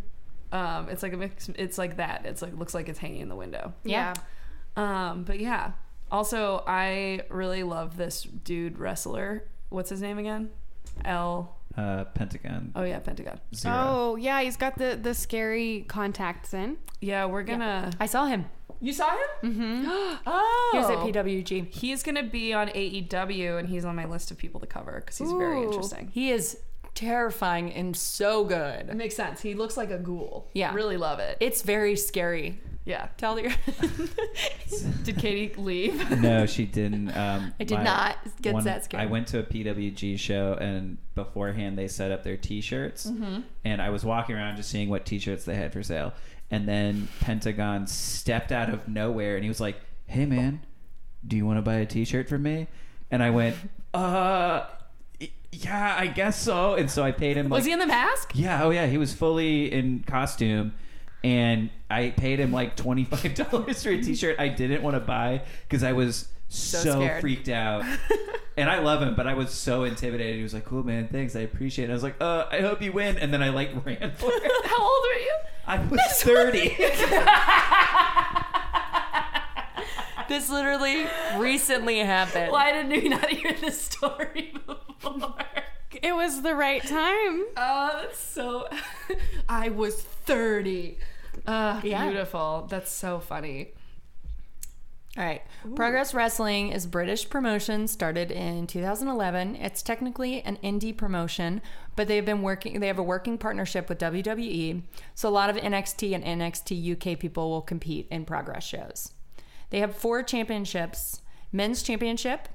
[SPEAKER 2] Um, it's like a mix. It's like that. It's like looks like it's hanging in the window.
[SPEAKER 1] yeah.
[SPEAKER 2] Um, but yeah. Also, I really love this dude wrestler. What's his name again? L.
[SPEAKER 4] Uh, Pentagon
[SPEAKER 2] Oh yeah, Pentagon.
[SPEAKER 4] zero.
[SPEAKER 1] Oh yeah, he's got the the scary contacts in.
[SPEAKER 2] Yeah, we're gonna.
[SPEAKER 3] I saw him.
[SPEAKER 2] You saw him? Mm-hmm. oh.
[SPEAKER 3] He was at PWG.
[SPEAKER 2] He's gonna be on AEW, and he's on my list of people to cover because he's very
[SPEAKER 1] Ooh.
[SPEAKER 2] interesting.
[SPEAKER 3] He is terrifying and so
[SPEAKER 2] It
[SPEAKER 3] good.
[SPEAKER 2] makes sense. He looks like a ghoul.
[SPEAKER 3] Yeah.
[SPEAKER 2] really love it.
[SPEAKER 3] It's very scary.
[SPEAKER 2] yeah.
[SPEAKER 3] Tell your
[SPEAKER 2] Did Katie leave?
[SPEAKER 4] No, she didn't. Um,
[SPEAKER 3] I did not get that scared.
[SPEAKER 4] I went to a PWG show, and beforehand they set up their T-shirts,
[SPEAKER 3] Mm-hmm.
[SPEAKER 4] and I was walking around just seeing what T-shirts they had for sale, and then Pentagon stepped out of nowhere, and he was like, "Hey, man, do you want to buy a T-shirt from me?" And I went, "Uh." y- Yeah, I guess so. And so I paid him. Like,
[SPEAKER 2] Was he in the mask?
[SPEAKER 4] yeah, oh yeah, he was fully in costume, and I paid him like twenty five dollars for a t shirt I didn't want to buy because I was so,
[SPEAKER 3] scared.
[SPEAKER 4] freaked out. and I love him, but I was so intimidated. He was like, "Cool man, thanks, I appreciate it." I was like, "Uh, I hope you win," and then I like ran for it.
[SPEAKER 2] How old are you?
[SPEAKER 4] I was thirty.
[SPEAKER 3] This literally recently happened.
[SPEAKER 2] Why didn't we not hear this story before?
[SPEAKER 1] It was the right time.
[SPEAKER 2] Uh, so I was thirty. Uh,
[SPEAKER 3] Yeah.
[SPEAKER 2] Beautiful. That's so funny.
[SPEAKER 3] All right. Progress Wrestling is British promotion started in 2011. It's technically an indie promotion, but they've been working they have a working partnership with WWE. So a lot of NXT and NXT UK people will compete in Progress shows. They have four championships: Men's Championship,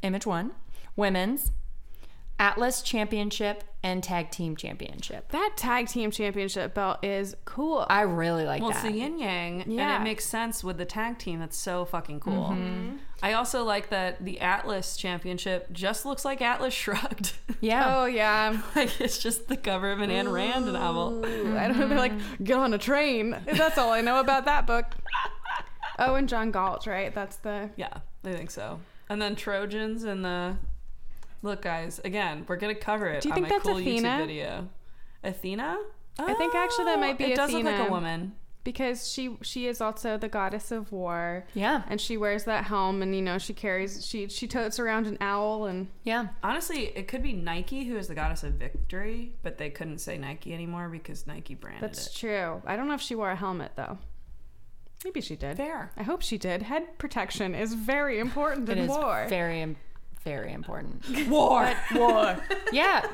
[SPEAKER 3] Image 1, Women's, Atlas Championship, and Tag Team Championship.
[SPEAKER 1] That tag team championship belt is cool.
[SPEAKER 3] I really like
[SPEAKER 2] Well,
[SPEAKER 3] that.
[SPEAKER 2] it's the yin yang,
[SPEAKER 1] Yeah. Mm-hmm.
[SPEAKER 2] and it makes sense with the tag team. That's so fucking cool. I also like that the Atlas Championship just looks like Atlas Shrugged.
[SPEAKER 3] yeah.
[SPEAKER 1] Oh yeah.
[SPEAKER 2] like it's just the cover of an Anne Rand novel.
[SPEAKER 1] Ooh, I don't know. They're like, get on a train. That's all I know about that book. Oh, and John Galt, right? That's the
[SPEAKER 2] Yeah, I think so. And then Trojans and the look, guys. Again, we're gonna cover it.
[SPEAKER 1] Do you
[SPEAKER 2] on
[SPEAKER 1] think
[SPEAKER 2] my
[SPEAKER 1] that's
[SPEAKER 2] cool
[SPEAKER 1] Athena?
[SPEAKER 2] YouTube video. Athena. Oh,
[SPEAKER 1] I think actually that might be
[SPEAKER 2] it does look like
[SPEAKER 1] Athena.
[SPEAKER 2] a woman.
[SPEAKER 1] because she she is also the goddess of war.
[SPEAKER 3] Yeah.
[SPEAKER 1] And she wears that helm, and you know she carries she she totes around an owl, and
[SPEAKER 3] Yeah.
[SPEAKER 2] Honestly, it could be Nike, who is the goddess of victory, but they couldn't say Nike anymore because Nike branded
[SPEAKER 1] that's
[SPEAKER 2] it.
[SPEAKER 1] true. I don't know if she wore a helmet though. Maybe she did.
[SPEAKER 2] Fair.
[SPEAKER 1] I hope she did. Head protection is very important
[SPEAKER 3] It
[SPEAKER 1] in
[SPEAKER 3] is
[SPEAKER 1] war.
[SPEAKER 3] very, im- very important.
[SPEAKER 2] War.
[SPEAKER 3] War. yeah.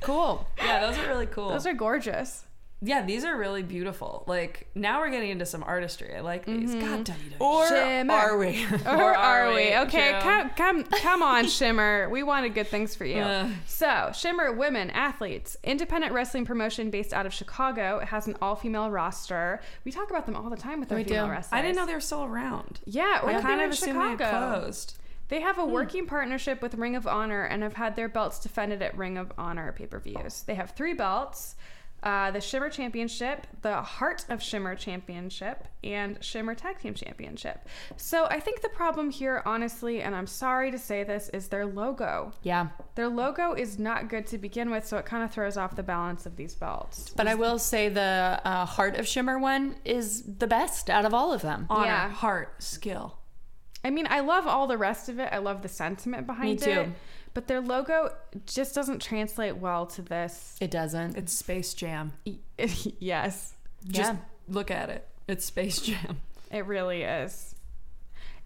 [SPEAKER 3] Cool.
[SPEAKER 2] yeah, those are really cool.
[SPEAKER 1] Those are gorgeous.
[SPEAKER 2] yeah, these are really beautiful. Like now we're getting into some artistry. I like these. God, WWE.
[SPEAKER 3] Or
[SPEAKER 1] Shimmer.
[SPEAKER 3] are we?
[SPEAKER 1] Or are we?
[SPEAKER 2] Joe.
[SPEAKER 1] Okay, come come come on, Shimmer. We wanted good things for you.
[SPEAKER 2] Ugh.
[SPEAKER 1] So, Shimmer Women Athletes, independent wrestling promotion based out of Chicago. It has an all-female roster. We talk about them all the time with their
[SPEAKER 3] We do.
[SPEAKER 1] female wrestlers.
[SPEAKER 2] I didn't know they were still around.
[SPEAKER 1] Yeah, or
[SPEAKER 2] I
[SPEAKER 1] kind
[SPEAKER 2] kind
[SPEAKER 1] of
[SPEAKER 2] of
[SPEAKER 1] in
[SPEAKER 2] assumed they had
[SPEAKER 1] Chicago.
[SPEAKER 2] closed.
[SPEAKER 1] They have a working partnership with Ring of Honor and have had their belts defended at Ring of Honor pay per views. They have three belts uh, the Shimmer Championship, the Heart of Shimmer Championship, and Shimmer Tag Team Championship. So I think the problem here, honestly, and I'm sorry to say this, is their logo.
[SPEAKER 3] Yeah.
[SPEAKER 1] Their logo is not good to begin with, so it kind of throws off the balance of these belts.
[SPEAKER 3] But I will say the uh, Heart of Shimmer one is the best out of all of them.
[SPEAKER 2] Honor,
[SPEAKER 1] Yeah.
[SPEAKER 2] heart, skill.
[SPEAKER 1] I mean, I love all the rest of it. I love the sentiment behind
[SPEAKER 3] too.
[SPEAKER 1] it. But their logo just doesn't translate well to this.
[SPEAKER 3] It doesn't.
[SPEAKER 2] It's Space Jam.
[SPEAKER 1] yes,
[SPEAKER 2] Just
[SPEAKER 3] yeah.
[SPEAKER 2] look at it. It's Space Jam.
[SPEAKER 1] it really is.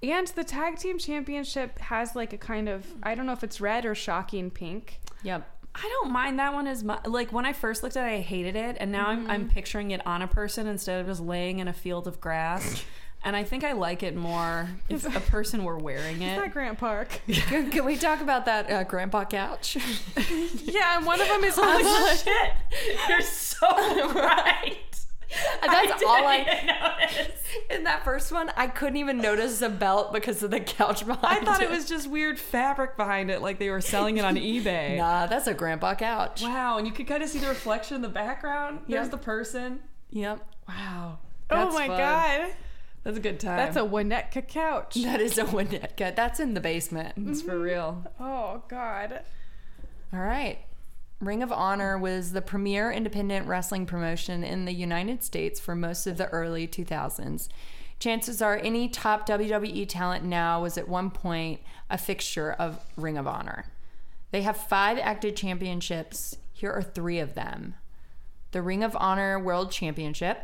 [SPEAKER 1] And the tag team championship has like a kind of I don't know if it's red or shocking pink.
[SPEAKER 3] Yep.
[SPEAKER 2] I don't mind that one as much. Like when I first looked at it, I hated it, and now I'm, I'm picturing it on a person instead of just laying in a field of grass. and I think I like it more if a person were wearing
[SPEAKER 1] Is that
[SPEAKER 2] it.
[SPEAKER 1] Grant Park?
[SPEAKER 3] Can, can we talk about that uh, grandpa couch?
[SPEAKER 1] yeah, and one of them is on the
[SPEAKER 2] shit! You're so Oh, right.
[SPEAKER 3] That's all I.
[SPEAKER 2] notice.
[SPEAKER 3] In that first one, I couldn't even notice the belt because of the couch
[SPEAKER 2] I
[SPEAKER 3] behind.
[SPEAKER 2] thought it was just weird fabric behind it, like they were selling it on eBay.
[SPEAKER 3] Nah, that's a grandpa couch.
[SPEAKER 2] Wow, and you could kind of see the reflection in the background. There's
[SPEAKER 3] Yeah.
[SPEAKER 2] the person.
[SPEAKER 3] Yep.
[SPEAKER 2] Wow.
[SPEAKER 1] Oh
[SPEAKER 2] That's
[SPEAKER 1] my
[SPEAKER 2] fun.
[SPEAKER 1] god.
[SPEAKER 2] That's a good time.
[SPEAKER 1] That's a Winnetka couch.
[SPEAKER 3] That is a Winnetka. That's in the basement.
[SPEAKER 2] It's
[SPEAKER 1] Mm-hmm.
[SPEAKER 2] for real.
[SPEAKER 1] Oh god.
[SPEAKER 3] All right. Ring of Honor was the premier independent wrestling promotion in the United States for most of the early 2000s. Chances are any top WWE talent now was at one point a fixture of Ring of Honor. They have five active championships. Here are three of them the Ring of Honor World Championship,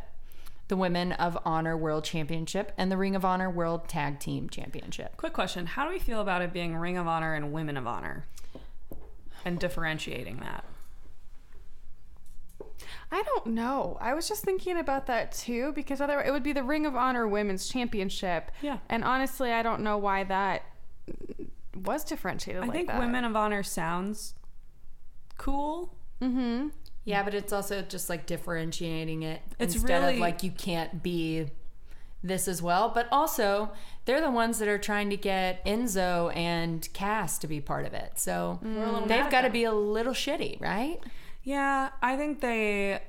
[SPEAKER 3] the Women of Honor World Championship, and the Ring of Honor World Tag Team Championship.
[SPEAKER 2] Quick question: How do we feel about it being Ring of Honor and Women of Honor, and differentiating that?
[SPEAKER 1] I don't know. I was just thinking about that too because otherwise it would be the Ring of Honor Women's Championship.
[SPEAKER 2] Yeah.
[SPEAKER 1] And honestly, I don't know why that was differentiated
[SPEAKER 2] I
[SPEAKER 1] like
[SPEAKER 2] think
[SPEAKER 1] that.
[SPEAKER 2] Women of Honor sounds cool.
[SPEAKER 3] Yeah, but it's also just like differentiating it
[SPEAKER 2] It's
[SPEAKER 3] instead
[SPEAKER 2] really-
[SPEAKER 3] of like you can't be this as well. But also, they're the ones that are trying to get Enzo and Cass to be part of it. So they've got to be a little shitty, right?
[SPEAKER 2] Yeah, I think they.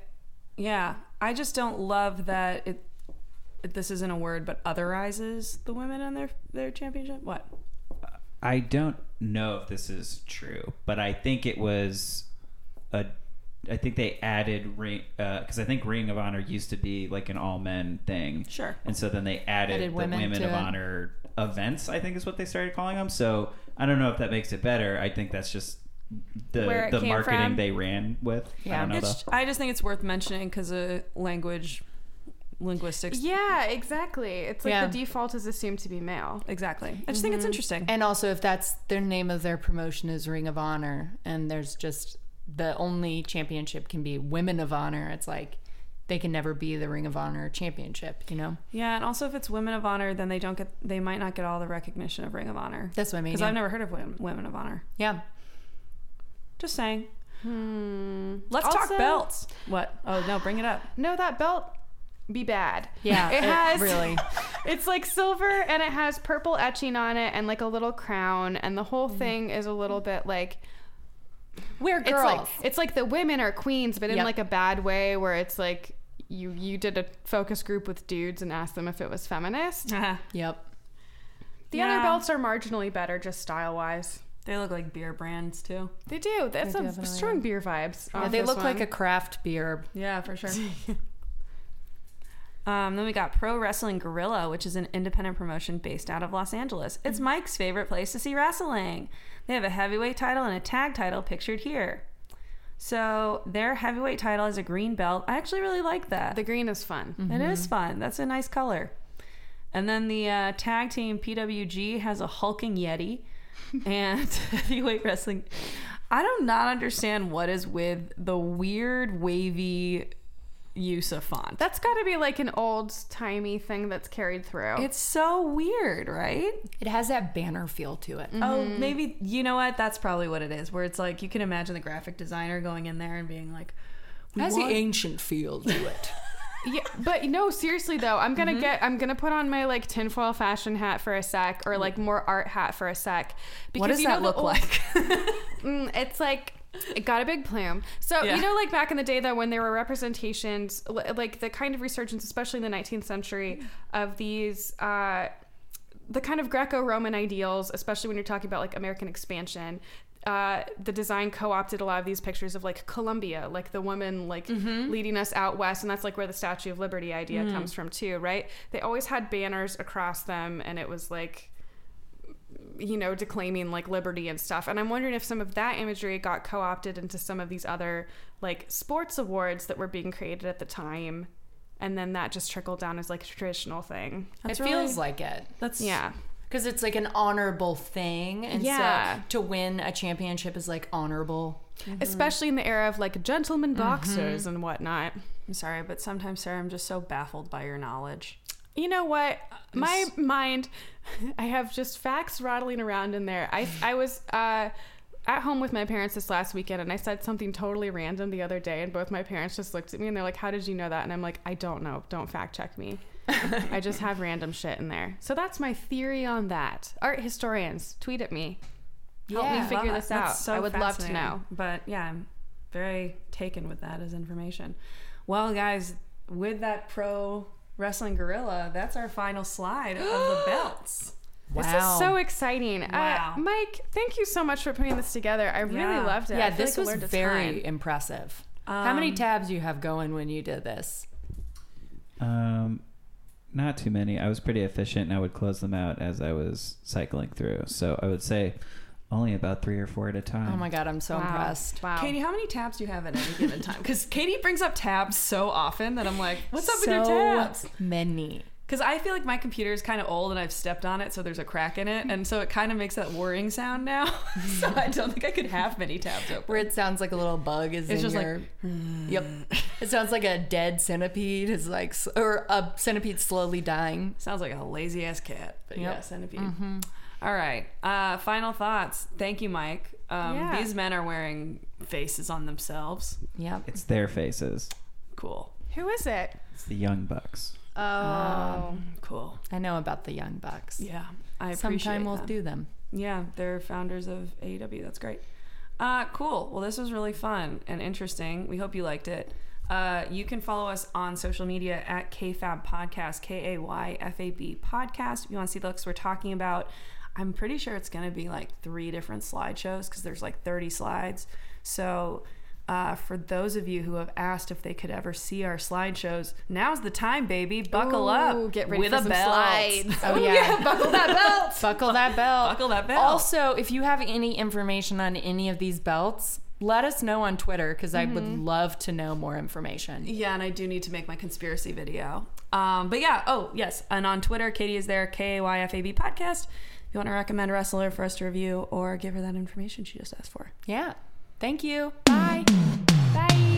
[SPEAKER 2] Yeah, I just don't love that it. it- This isn't a word, but otherizes the women in their their championship. What?
[SPEAKER 4] I don't know if this is true, but I think it was a. I think they added ring because I think Ring of Honor used to be like an all men thing.
[SPEAKER 2] Sure.
[SPEAKER 4] And so then they added,
[SPEAKER 3] Added
[SPEAKER 4] the
[SPEAKER 3] women
[SPEAKER 4] Women,
[SPEAKER 3] to
[SPEAKER 4] of
[SPEAKER 3] it.
[SPEAKER 4] Honor events. I think is what they started calling them. So I don't know if that makes it better. I think that's just
[SPEAKER 1] Where
[SPEAKER 4] the
[SPEAKER 1] it
[SPEAKER 4] the
[SPEAKER 1] came
[SPEAKER 4] marketing
[SPEAKER 1] from.
[SPEAKER 4] they ran with. I
[SPEAKER 3] Yeah.
[SPEAKER 4] don't know
[SPEAKER 2] It's,
[SPEAKER 4] though.
[SPEAKER 2] I just think it's worth mentioning because of language, linguistics.
[SPEAKER 1] Yeah, exactly. It's like
[SPEAKER 3] Yeah.
[SPEAKER 1] the default is assumed to be male.
[SPEAKER 2] Exactly. I just think
[SPEAKER 1] Mm-hmm.
[SPEAKER 2] it's interesting.
[SPEAKER 3] And also, if that's their name of their promotion is Ring of Honor, and there's just the only championship can be Women of Honor, it's like they can never be the Ring of Honor championship, you know?
[SPEAKER 2] Yeah, and also if it's Women of Honor, then they don't get they might not get all the recognition of Ring of Honor
[SPEAKER 3] That's what I mean.
[SPEAKER 2] because
[SPEAKER 3] Yeah.
[SPEAKER 2] I've never heard of Wom- Women of Honor.
[SPEAKER 3] yeah.
[SPEAKER 2] Just saying. Let's
[SPEAKER 1] Hmm. Also-
[SPEAKER 2] talk belts. What? Oh no, bring it up.
[SPEAKER 1] No, that belt be bad.
[SPEAKER 3] Yeah,
[SPEAKER 1] It
[SPEAKER 3] it
[SPEAKER 1] has
[SPEAKER 3] really.
[SPEAKER 1] It's like silver and it has purple etching on it and like a little crown and the whole thing is a little bit like
[SPEAKER 3] We're
[SPEAKER 1] it's
[SPEAKER 3] girls.
[SPEAKER 1] like it's like the women are queens but in
[SPEAKER 3] Yep.
[SPEAKER 1] like a bad way where it's like you you did a focus group with dudes and asked them if it was feminist.
[SPEAKER 3] yep.
[SPEAKER 1] The other
[SPEAKER 2] Yeah.
[SPEAKER 1] belts are marginally better just style wise.
[SPEAKER 2] They look like beer brands too.
[SPEAKER 1] They do. That's some
[SPEAKER 3] definitely
[SPEAKER 1] strong beer vibes.
[SPEAKER 3] Yeah,
[SPEAKER 1] off
[SPEAKER 3] they
[SPEAKER 1] this
[SPEAKER 3] look like
[SPEAKER 1] one.
[SPEAKER 3] a craft beer.
[SPEAKER 2] Yeah, for sure. Um, then we got Pro Wrestling Guerrilla, which is an independent promotion based out of Los Angeles. It's Mike's favorite place to see wrestling. They have a heavyweight title and a tag title pictured here. So their heavyweight title is a green belt. I actually really like that.
[SPEAKER 1] The green is fun.
[SPEAKER 2] It is fun. That's a nice color. And then the uh, tag team PWG has a hulking yeti and heavyweight wrestling. I do not understand what is with the weird wavy use of font.
[SPEAKER 1] That's got to be like an old timey thing that's carried through.
[SPEAKER 2] it's so weird, right?
[SPEAKER 3] It has that banner feel to it.
[SPEAKER 1] Mm.
[SPEAKER 2] Oh, maybe you know what? That's probably what it is. Where it's like you can imagine the graphic designer going in there and being like,
[SPEAKER 3] It has
[SPEAKER 2] want-
[SPEAKER 3] the ancient feel to it.
[SPEAKER 1] yeah, but no, seriously though, I'm gonna
[SPEAKER 3] Mm-hmm.
[SPEAKER 1] get, I'm gonna put on my like tinfoil fashion hat for a sec, or like more art hat for a sec. Because
[SPEAKER 3] Mm. what does
[SPEAKER 1] you know
[SPEAKER 3] that
[SPEAKER 1] the
[SPEAKER 3] look
[SPEAKER 1] old-
[SPEAKER 3] like?
[SPEAKER 1] Mm, it's like it got a big plume. So
[SPEAKER 2] Yeah.
[SPEAKER 1] you know, like back in the day, though, when there were representations, li- like the kind of resurgence, especially in the 19th century, of these. Uh, the kind of Greco-Roman ideals, especially when you're talking about like American expansion, uh, the design co-opted a lot of these pictures of like Columbia, like the woman like leading us out west, and that's like where the Statue of Liberty idea comes from too, right? They always had banners across them, and it was like you know, declaiming like liberty and stuff. And I'm wondering if some of that imagery got co opted into some of these other like sports awards that were being created at the time. And then that just trickled down as like a traditional thing.
[SPEAKER 3] it
[SPEAKER 2] That's
[SPEAKER 3] feels
[SPEAKER 2] really-
[SPEAKER 3] like it.
[SPEAKER 2] "That's
[SPEAKER 1] Yeah.
[SPEAKER 3] Because it's like an honorable thing. And
[SPEAKER 1] Yeah.
[SPEAKER 3] so to win a championship is like honorable.
[SPEAKER 1] Especially in the era of like gentlemen boxers and whatnot.
[SPEAKER 2] I'm sorry, but sometimes Sarah, I'm just so baffled by your knowledge.
[SPEAKER 1] You know what? My mind, I have just facts rattling around in there. I, I was uh, at home with my parents this last weekend and I said something totally random the other day, and both my parents just looked at me and they're like, How did you know that? And I'm like, I don't know. Don't fact check me. I just have random shit in there. So that's my theory on that. Art historians, tweet at me. Help me
[SPEAKER 3] Yeah.
[SPEAKER 1] figure
[SPEAKER 2] Love
[SPEAKER 1] this
[SPEAKER 2] that.
[SPEAKER 1] out.
[SPEAKER 2] That's so
[SPEAKER 1] I would love to
[SPEAKER 2] fascinating.
[SPEAKER 1] know.
[SPEAKER 2] But yeah, I'm very taken with that as information. Well, guys, with that pro wrestling gorilla, that's our final slide of the belts.
[SPEAKER 3] Wow.
[SPEAKER 1] This is so exciting.
[SPEAKER 2] Wow.
[SPEAKER 1] Uh, Mike, thank you so much for putting this together. I really
[SPEAKER 2] Yeah.
[SPEAKER 1] loved it. I
[SPEAKER 3] yeah,
[SPEAKER 1] feel
[SPEAKER 3] this
[SPEAKER 1] like I
[SPEAKER 3] was
[SPEAKER 1] learned a ton.
[SPEAKER 3] very impressive. How many
[SPEAKER 2] Um,
[SPEAKER 3] tabs do you have going when you did this?
[SPEAKER 4] Um, not too many. I was pretty efficient, and I would close them out as I was cycling through. So I would say only about three or four at a time.
[SPEAKER 3] Oh my god, I'm so
[SPEAKER 1] Wow.
[SPEAKER 3] impressed.
[SPEAKER 1] Wow.
[SPEAKER 2] Katie, how many tabs do you have at any given time? Because Katie brings up tabs so often that I'm like, what's up with your
[SPEAKER 3] So
[SPEAKER 2] tabs?
[SPEAKER 3] Many.
[SPEAKER 2] Because I feel like my computer is kind of old and I've stepped on it, so there's a crack in it, and so it kind of makes that whirring sound now. so I don't think I could have many tabs open.
[SPEAKER 3] Where it sounds like a little bug is
[SPEAKER 2] It's
[SPEAKER 3] in
[SPEAKER 2] just like,
[SPEAKER 3] your. yep. It sounds like a dead centipede is like, s- or a centipede slowly dying.
[SPEAKER 2] Sounds like a lazy ass cat, but
[SPEAKER 3] Yep. Mm-hmm.
[SPEAKER 2] yeah, centipede. All right. Uh, final thoughts. Thank you, Mike. Um,
[SPEAKER 1] Yeah.
[SPEAKER 2] These men are wearing faces on themselves.
[SPEAKER 3] Yep.
[SPEAKER 4] It's their faces.
[SPEAKER 2] Cool.
[SPEAKER 1] Who is it?
[SPEAKER 4] It's the young bucks.
[SPEAKER 1] Oh.
[SPEAKER 2] Cool.
[SPEAKER 3] I know about the Young Bucks.
[SPEAKER 2] Yeah. I appreciate
[SPEAKER 3] Sometime we'll
[SPEAKER 2] them.
[SPEAKER 3] do them.
[SPEAKER 2] Yeah, they're founders of AEW. That's great. Uh, cool. Well, this was really fun and interesting. We hope you liked it. Uh, you can follow us on social media at KFAB Podcast, K A Y F A B Podcast. If you want to see the looks we're talking about, I'm pretty sure it's going to be like three different slideshows because there's like 30 slides. So uh, for those of you who have asked if they could ever see our slideshows, now's the time, baby. Buckle
[SPEAKER 1] Ooh,
[SPEAKER 2] up.
[SPEAKER 1] get ready
[SPEAKER 2] with
[SPEAKER 1] for
[SPEAKER 2] a
[SPEAKER 1] some
[SPEAKER 2] belt.
[SPEAKER 1] slides.
[SPEAKER 3] Oh yeah. buckle that belt. Buckle that belt.
[SPEAKER 2] Buckle that belt.
[SPEAKER 3] Also, if you have any information on any of these belts, let us know on Twitter because I would
[SPEAKER 1] Mm-hmm.
[SPEAKER 3] love to know more information.
[SPEAKER 2] Yeah, and I do need to make my conspiracy video. Um, but yeah, oh yes, and on Twitter, Katie is there, K A Y F A B podcast. If you want to recommend a wrestler for us to review or give her that information she just asked for.
[SPEAKER 3] Yeah. Thank you. Bye.
[SPEAKER 1] Bye.